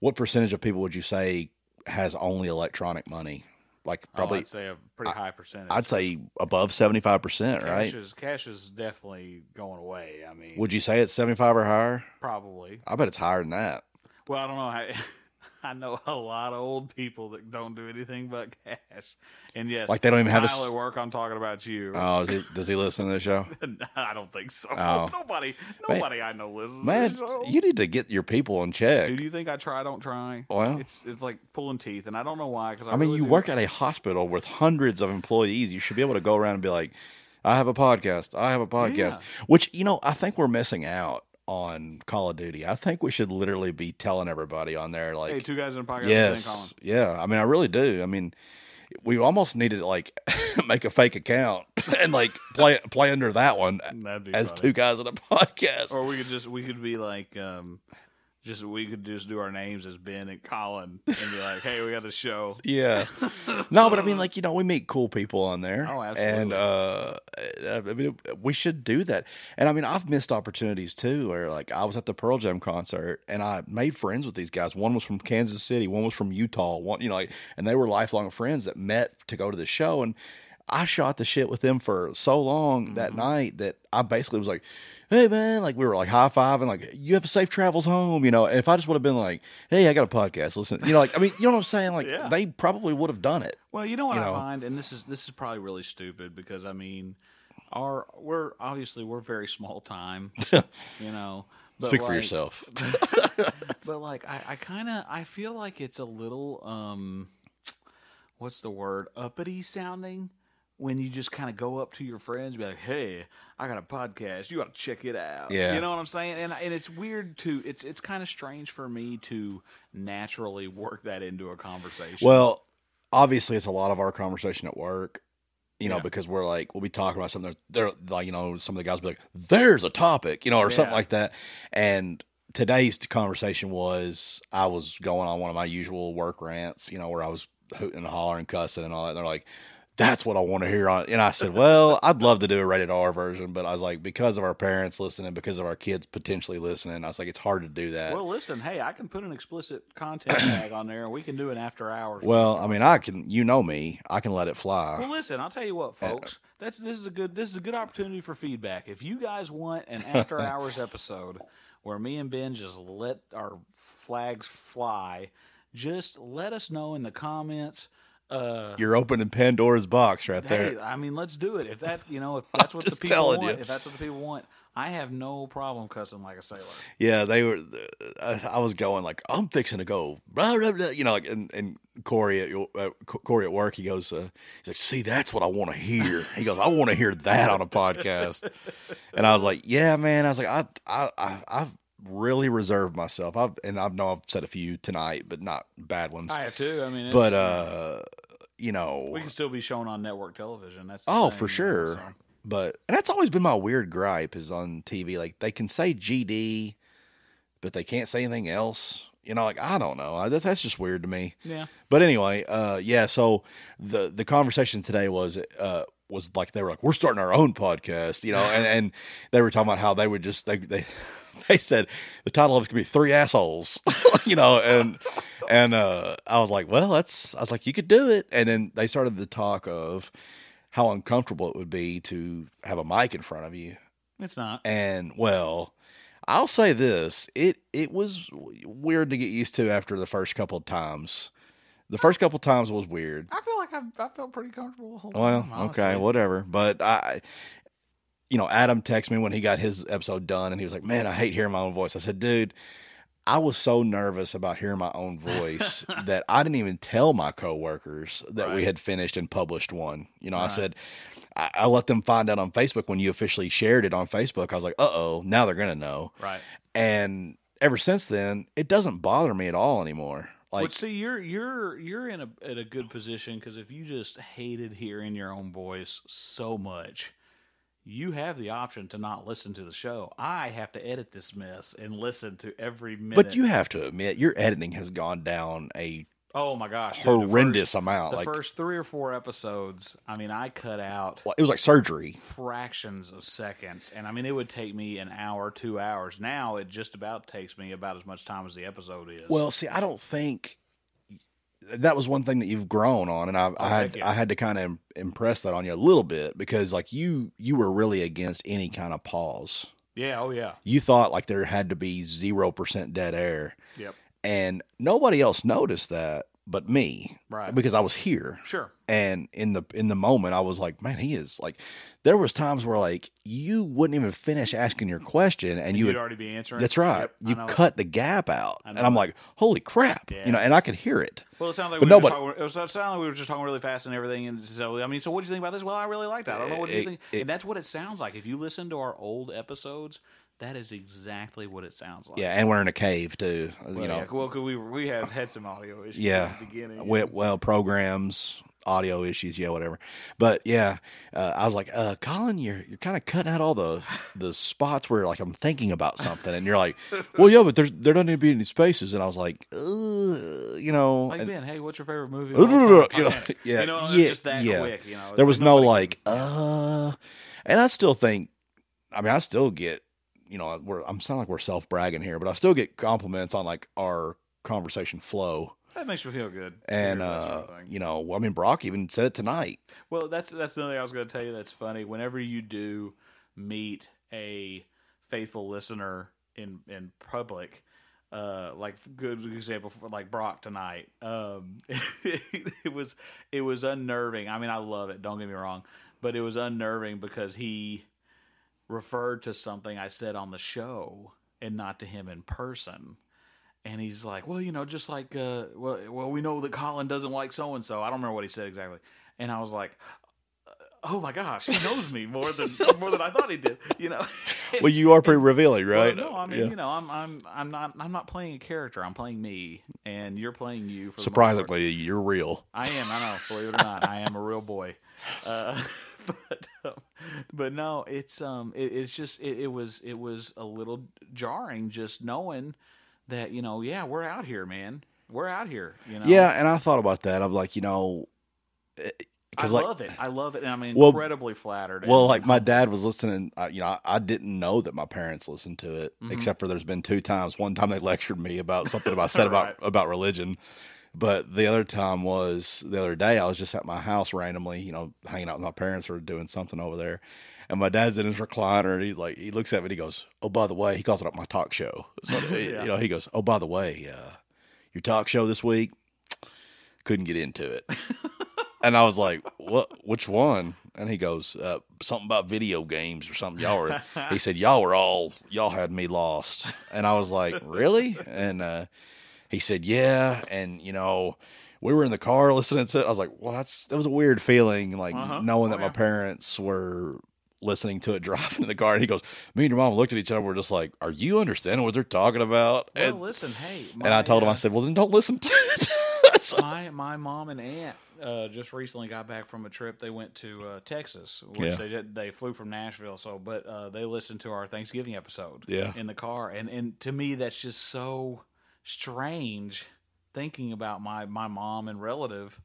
what percentage of people would you say has only electronic money like
Oh,
probably
I'd say a pretty high percentage.
i'd say above 75%
cash
right
is cash is definitely going away. I mean,
would you say it's 75 or higher
probably.
i bet it's higher than that
Well, I don't know. I, I know a lot of old people that don't do anything but cash. And yes,
like they don't even have a
Kyle
s-
at work. I'm talking about you.
oh does he, does he listen to the show
I don't think so.
Oh.
Nobody,
Man-
nobody I know listens to
Man,
this show.
you need to get your people in check.
Dude, you think I try? Don't try.
Well.
it's it's like pulling teeth, and I don't know why. Because I,
I mean,
really
you
do.
work at a hospital with hundreds of employees. You should be able to go around and be like, I have a podcast. I have a podcast.
Yeah.
Which, you know, I think we're missing out on Call of Duty. I think we should literally be telling everybody on there, like,
Hey, two guys in a podcast.
yes. Yeah. I mean, I really do. I mean, we almost need to like make a fake account and like play play under that one
that'd be
as
funny.
two guys in a podcast.
Or we could just we could be like, um, just we could just do our names as Ben and Colin, and be like, hey, we got a show.
Yeah. No, but I mean, like, you know, we meet cool people on there.
Oh,
And,
absolutely.
uh, I mean, we should do that. And I mean, I've missed opportunities too, where like I was at the Pearl Jam concert and I made friends with these guys. One was from Kansas City, one was from Utah, one, you know, like, and they were lifelong friends that met to go to the show. And I shot the shit with them for so long that
Mm-hmm.
night that I basically was like, Hey man, like we were like high five and like you have safe travels home, you know. And if I just would have been like, Hey, I got a podcast, listen, you know, like I mean, you know what I'm saying? Like
Yeah.
they probably would have done it.
Well, you know what
You
I
know.
find, and this is this is probably really stupid because I mean, are we're obviously we're very small time, you know. but
Speak for
like-
yourself.
But like I, I kind of I feel like it's a little um, what's the word uppity sounding when you just kind of go up to your friends and be like, hey, I got a podcast, you ought to check it out.
Yeah.
you know what I'm saying. And and it's weird to it's it's kind of strange for me to naturally work that into a conversation.
Well, obviously, it's a lot of our conversation at work. You know,
Yeah.
because we're like we'll be talking about something. They're like, you know, some of the guys will be like, "There's a topic," you know, or something
Yeah.
like that. And today's conversation was I was going on one of my usual work rants, you know, where I was hooting and hollering, cussing, and all that. And they're like, "That's what I want to hear." On and I said, "Well, I'd love to do a rated R version, but I was like, because of our parents listening, because of our kids potentially listening, I was like, it's hard to do that."
Well, listen, hey, I can put an explicit content tag on there, and we can do an after hours.
Well, I mean, I can, you know me, I can let it fly.
Well, listen, I'll tell you
Uh,
what, folks. That's this is a good this is a good opportunity for feedback. If you guys want an after hours episode where me and Ben just let our flags fly, just let us know in the comments. Uh,
You're opening Pandora's box right
hey,
there.
I mean, let's do it. If that you know, if that's what the
just
people
telling
want,
you.
if that's what the people want, I have no problem cussing like a sailor.
Yeah, they were. uh, I, I was going like, I'm fixing to go, blah, blah, blah," you know, like, and, and Corey at your- uh, Co- Corey at work, he goes, uh, he's like, see, that's what I want to hear. He goes, I want to hear that on a podcast. and I was like, yeah, man. I was like, I, I, I I've really reserved myself. I've and I know I've said a few tonight, but not bad ones.
I have too. I mean, it's,
but uh, you know,
we can still be shown on network television. That's the
Oh,
thing,
for
you know,
sure.
so.
But and that's always been my weird gripe is on TV, like they can say GD, but they can't say anything else. You know, like I don't know. I, that's, that's just weird to me.
Yeah.
But anyway, uh, yeah. So the the conversation today was uh was like they were like we're starting our own podcast, you know, and and they were talking about how they would just they they they said the title of it could be three assholes, you know, and and uh I was like, well, that's I was like you could do it, and then they started the talk of how uncomfortable it would be to have a mic in front of you,
It's not.
and well. I'll say this: it it was weird to get used to after the first couple of times. The first couple of times was weird.
I feel like I've, I felt pretty comfortable the whole time.
Well,
honestly.
okay, whatever. But I, you know, Adam texted me when he got his episode done, and he was like, "Man, I hate hearing my own voice." I said, "Dude." I was so nervous about hearing my own voice that I didn't even tell my coworkers that we
Right.
had finished and published one. You know, I
Right.
said I, I let them find out on Facebook when you officially shared it on Facebook. I was like, "Uh oh, now they're gonna know."
Right.
and ever since then it doesn't bother me at all anymore like
but see, you're you're you're in a at a good position because if you just hated hearing your own voice so much, you have the option to not listen to the show. I have to edit this mess and listen to every minute.
but you have to admit your editing has gone down a
oh my gosh, dude, the first-
horrendous
The
amount
first,
like
three or four episodes, I mean, I cut out
well, it was like surgery
fractions of seconds, and I mean, it would take me an hour, two hours. Now it just about takes me about as much time as the episode is.
well see i don't think that was one thing that you've grown on and i, I
heck
had
yeah.
i had to kind of impress that on you a little bit because like you you were really against any kind of pause
yeah, oh yeah,
you thought like there had to be 0% dead air
yep,
and nobody else noticed that but me
right,
because i was here
sure.
and in the in the moment i was like man he is like there was times where like you wouldn't even finish asking your question and,
And
you
you
would
would already be answering.
that's right
Yep, I
you
know.
cut the gap out
I
and
know
i'm
that.
like holy crap
Yeah.
you know and i could hear it
Well, it sounded like
But
we were just
nobody-
talking, it was- it sounded like we were just talking really fast and everything. And so, I mean, so what do you think about this? Well, I really liked that. I don't know what do you
It-
think,
it-
and that's what it sounds like. If you listen to our old episodes, that is exactly what it sounds like.
yeah and we're in a cave too uh,
Well,
you know
yeah, well, 'cause we we had had some audio issues.
Yeah.
at the beginning.
we- well programs audio issues yeah whatever but yeah uh, i was like uh colin you're you're kind of cutting out all the the spots where like i'm thinking about something and you're like well yeah but there's there doesn't need to be any spaces and i was like Ugh, you know
like
and-
Ben, hey, what's your favorite movie?
You
of all time?
know,
Titanic.
yeah,
you know, it's
yeah,
just that
yeah.
quick. You know,
there
It's
was no
nobody-
like uh and i still think i mean i still get you know we're i'm sound like we're self-bragging here but i still get compliments on like our conversation flow
that makes me feel good. to hear
and
that sort
uh
of thing.
you know well, i mean brock even said it tonight
Well, that's that's the thing I was going to tell you. That's funny. Whenever you do meet a faithful listener in in public, uh, like good example, for, like Brock tonight. Um, it was it was unnerving. I mean, I love it. Don't get me wrong, but it was unnerving because he referred to something I said on the show and not to him in person. And he's like, well, you know, just like, uh, well, well, we know that Colin doesn't like so and so. I don't remember what he said exactly. And I was like, oh my gosh, he knows me more than more than I thought he did. You know,
Well, you are pretty revealing, right?
no, I mean,
Yeah.
you know, I'm I'm I'm not I'm not playing a character. I'm playing me, and you're playing you. For the most part.
surprisingly, you're real.
I am. I know, believe it or not, I am a real boy. Uh, but um, but no, it's um, it, it's just it, it was it was a little jarring just knowing that you know, yeah, we're out here, man. We're out here. You know,
Yeah, and I thought about that. I'm like, you know,
I
because like,
love it. I love it, and I'm
Well-
incredibly flattered.
well,
and-
like my dad was listening. I, you know, I, I didn't know that my parents listened to it,
Mhm.
except for there's been two times. One time they lectured me about something I said
Right.
about about religion, but the other time was the other day. I was just at my house randomly, you know, hanging out with my parents or doing something over there. And my dad's in his recliner, and he's like, he looks at me, and he goes, "Oh, by the way," he calls it up my talk show. So,
Yeah.
You know, he goes, "Oh, by the way, uh, your talk show this week, couldn't get into it." And I was like, "What? Which one?" And he goes, uh, "Something about video games or something." Y'all were, he said, "Y'all were all, y'all had me lost." And I was like, "Really?" And uh, he said, "Yeah." And you know, we were in the car listening to it. I was like, "Well, that's that was a weird feeling, like
Uh-huh.
knowing
Oh,
that
yeah.
my parents were listening to it driving in the car." And he goes, "Me and your mom looked at each other. We're just like, are you understanding what they're talking about?"
well,
and,
listen, hey,
and I
my,
told him,
uh,
I said, "Well, then don't listen to it." So-
my my mom and aunt uh, just recently got back from a trip. They went to uh, Texas, which
Yeah.
they did. They flew from Nashville, so but uh, they listened to our Thanksgiving episode
Yeah.
in the car, and and to me that's just so strange thinking about my my mom and relative.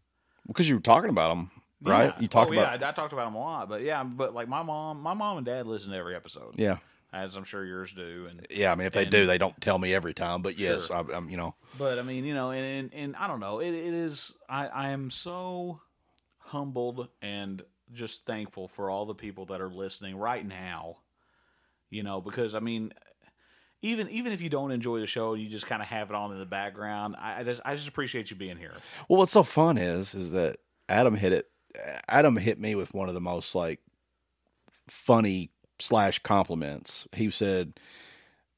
because you were talking about them, right?
Yeah.
You talked
oh,
about,
yeah, I, I talked about them a lot, but yeah, but like my mom, my mom and dad listen to every episode,
yeah.
as I'm sure yours do, and
Yeah, I mean, if they
And-
do, they don't tell me every time. But yes,
Sure.
I, I'm, you know,
But I mean, you know, and and, and I don't know. It, it is. I I am so humbled and just thankful for all the people that are listening right now. You know, because I mean, even even if you don't enjoy the show, you just kind of have it on in the background. I, I just I just appreciate you being here.
well, what's so fun is is that Adam hit it. Adam hit me with one of the most like funny slash compliments. He said,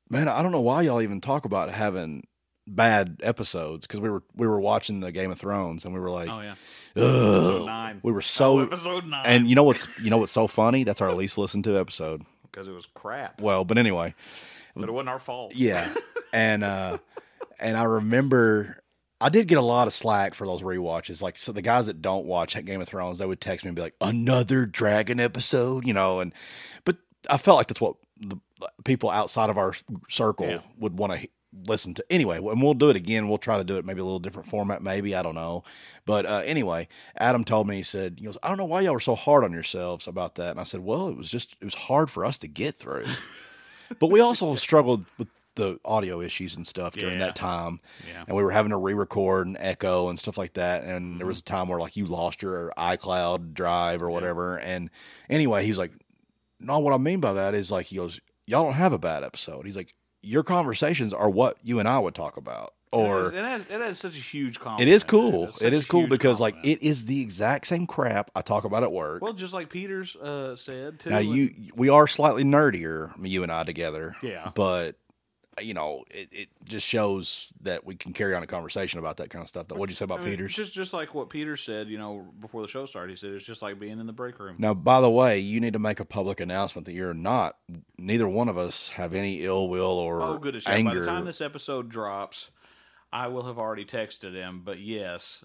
"Man, I don't know why y'all even talk about having." bad episodes because we were we were watching the game of thrones and we were like
Oh, yeah,
"Ugh."
nine. Oh,
we were so
episode nine,
and you know what's you know what's so funny that's our least listened to episode
because it was crap,
well but anyway
but it wasn't our fault.
Yeah. And uh and I remember I did get a lot of slack for those rewatches. Like so the guys that don't watch Game of Thrones, they would text me and be like, "Another dragon episode," you know, and but I felt like that's what the people outside of our circle
Yeah.
would want to listen to. Anyway, and we'll do it again. We'll try to do it maybe a little different format, maybe, I don't know. But uh, anyway, Adam told me, he said, he goes, I don't know why y'all were so hard on yourselves about that. And I said, well, it was just, it was hard for us to get through. but we also struggled with the audio issues and stuff during
Yeah.
that time.
Yeah.
And we were having to re record and echo and stuff like that. And there was a time where like you lost your iCloud drive or whatever. And anyway, he was like, no, what I mean by that is like he goes, y'all don't have a bad episode. He's like, your conversations are what you and I would talk about,
it
or
is, it has, it has such a huge compliment.
it is cool.
It's such
It
a
is cool
huge
because
compliment.
like it is the exact same crap I talk about at work.
Well, just like Peters uh, said too.
now
and-
you, we are slightly nerdier, you and I together.
Yeah.
but uh, you know, it, it just shows that we can carry on a conversation about that kind of stuff. That what'd you say about
I mean,
Peters?
Just just like what Peter said, you know, before the show started, he said it's just like being in the break room.
Now, by the way, you need to make a public announcement that you're not. Neither one of us have any ill will or
oh, good as
anger.
By the time this episode drops, I will have already texted him. But yes,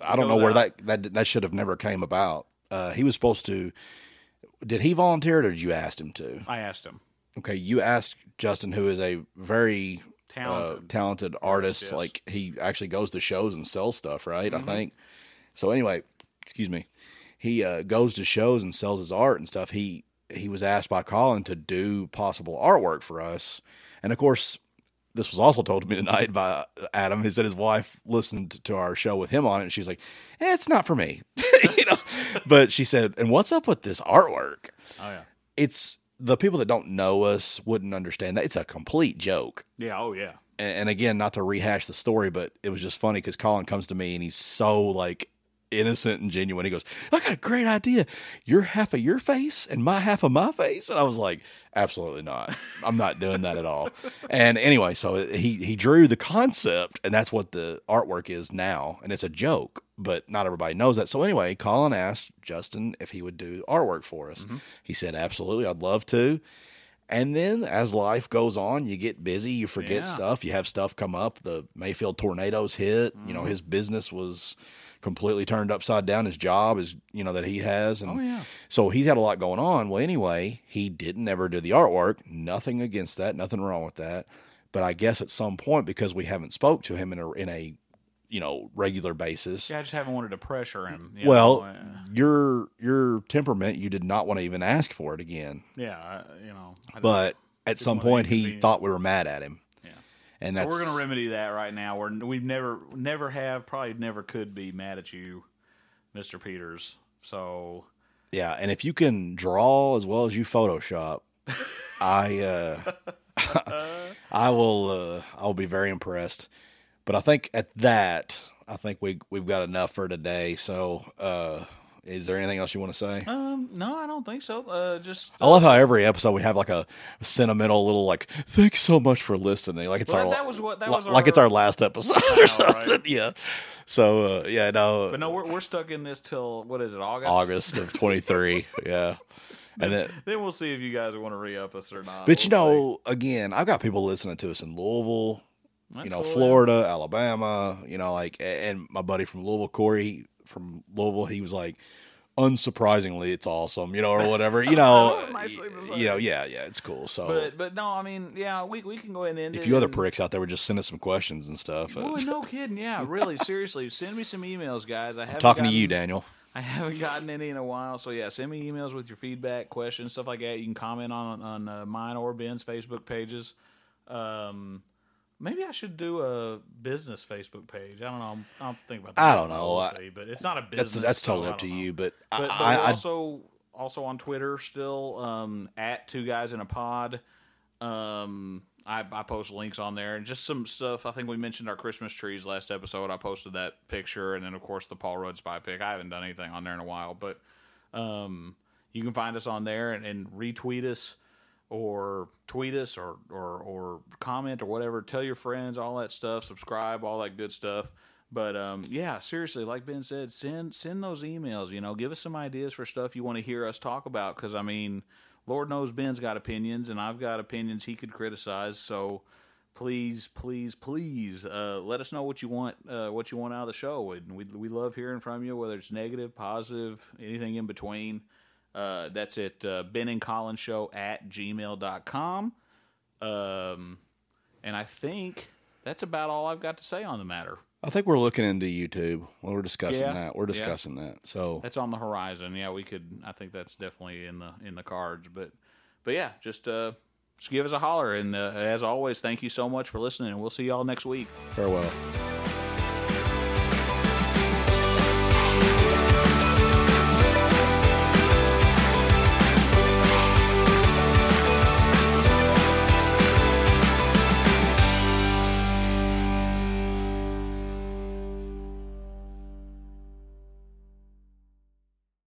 I don't know
goes
where
out.
that, that that should have never came about. Uh, he was supposed to. Did he volunteer it or did you ask him to?
I asked him.
Okay, you asked Justin, who is a very
Talented.
uh, talented artist.
yes. Mm-hmm.
Like he actually goes to shows and sells stuff, right? I think. So anyway, excuse me. He uh, goes to shows and sells his art and stuff. He he was asked by Colin to do possible artwork for us, and of course, this was also told to me tonight by Adam. He said his wife listened to our show with him on it, and she's like, eh, "It's not for me," you know. but she said, "And what's up with this artwork?"
oh yeah,
It's the people that don't know us wouldn't understand that it's a complete joke
yeah, oh yeah.
and, and again, not to rehash the story, but it was just funny because Colin comes to me and he's so like innocent and genuine. He goes, I got a great idea. You're half of your face and my half of my face. And I was like, absolutely not. I'm not doing that at all. And anyway, so he, he drew the concept and that's what the artwork is now. And it's a joke, but not everybody knows that. So anyway, Colin asked Justin if he would do artwork for us. He said, absolutely. I'd love to. And then as life goes on, you get busy, you forget
Yeah.
stuff, you have stuff come up. The Mayfield tornadoes hit, you
Mm.
know, his business was completely turned upside down, his job is, you know, that he has. And
Oh, yeah.
so he's had a lot going on. Well, anyway, he didn't ever do the artwork. Nothing against that, nothing wrong with that. But I guess at some point, because we haven't spoke to him in a, in a, you know, regular basis,
Yeah, I just haven't wanted to pressure him. you
well,
know, uh,
your, your temperament, you did not want to even ask for it again
yeah, I- you know. I don't-
but at
Just one
some
of the
point he
inconveniences.
thought we were mad at him.
Yeah.
And
So
that's
we're going to remedy that right now. We're we've never never have probably never could be mad at you, Mister Peters. So
yeah, and if you can draw as well as you Photoshop, I uh I will uh I'll be very impressed. But I think at that, I think we we've got enough for today. So, uh is there anything else you want to say?
um, no, I don't think so. Uh, just
I love how every episode we have like a sentimental little like thanks so much for listening. Like it's
Well,
our
that was what- that
li-
was
like it's
our-
our last episode
I
or
know,
something.
right?
Yeah. So uh, yeah, no.
but no, we're we're stuck in this till what is it August?
August of 23. yeah. And then,
Then we'll see if you guys want to re up us or not.
but you
We'll see.
know, again, I've got people listening to us in Louisville,
That's
you know,
cool, yeah.
Florida, Alabama, you know, like, a- and my buddy from Louisville, Corey from Louisville, he was like, unsurprisingly, it's awesome, you know, or whatever, you know,
Nicely
y- you know, yeah, yeah, it's cool. So
But but no, I mean, yeah, we we can go ahead and end
if
it
you other
and-
pricks out there would just send us some questions and stuff, uh,
Boy,
I'm
no kidding. Yeah, really, seriously, send me some emails, guys. I haven't
talking to you,
gotten-
Daniel.
I haven't gotten any in a while, so yeah, send me emails with your feedback, questions, stuff like that. You can comment on on uh, mine or Ben's Facebook pages. Um, maybe I should do a business Facebook page. I don't know. I'm, I'm thinking about that.
I don't know. I-
We'll see, but it's not a
That's,
business.
that's
so
totally
I
up to
don't know.
you, but, I-
But, but
I,
we're
I,
also also on Twitter still um, at Two Guys in a Pod. Um, I, I post links on there and just some stuff. I think we mentioned our Christmas trees last episode. I posted that picture and then of course the Paul Rudd spy pick. I haven't done anything on there in a while, but um, you can find us on there and, and retweet us or tweet us or, or or comment or whatever. Tell your friends, all that stuff. Subscribe, all that good stuff. But um, yeah, seriously, like Ben said, send send those emails. You know, give us some ideas for stuff you want to hear us talk about. Because I mean, Lord knows Ben's got opinions, and I've got opinions he could criticize. So please, please, please, uh, let us know what you want, uh, what you want out of the show, and we we love hearing from you, whether it's negative, positive, anything in between. Uh, that's it. Uh, ben and Colin show at gmail.com. Um, and I think that's about all I've got to say on the matter.
I think we're looking into YouTube. Well, we're discussing
Yeah.
that. We're
Yeah.
discussing that. So
That's on the horizon. Yeah, we could. I think that's definitely in the in the cards. But but yeah, just uh, just give us a holler. And uh, as always, thank you so much for listening. And we'll see y'all next week.
farewell.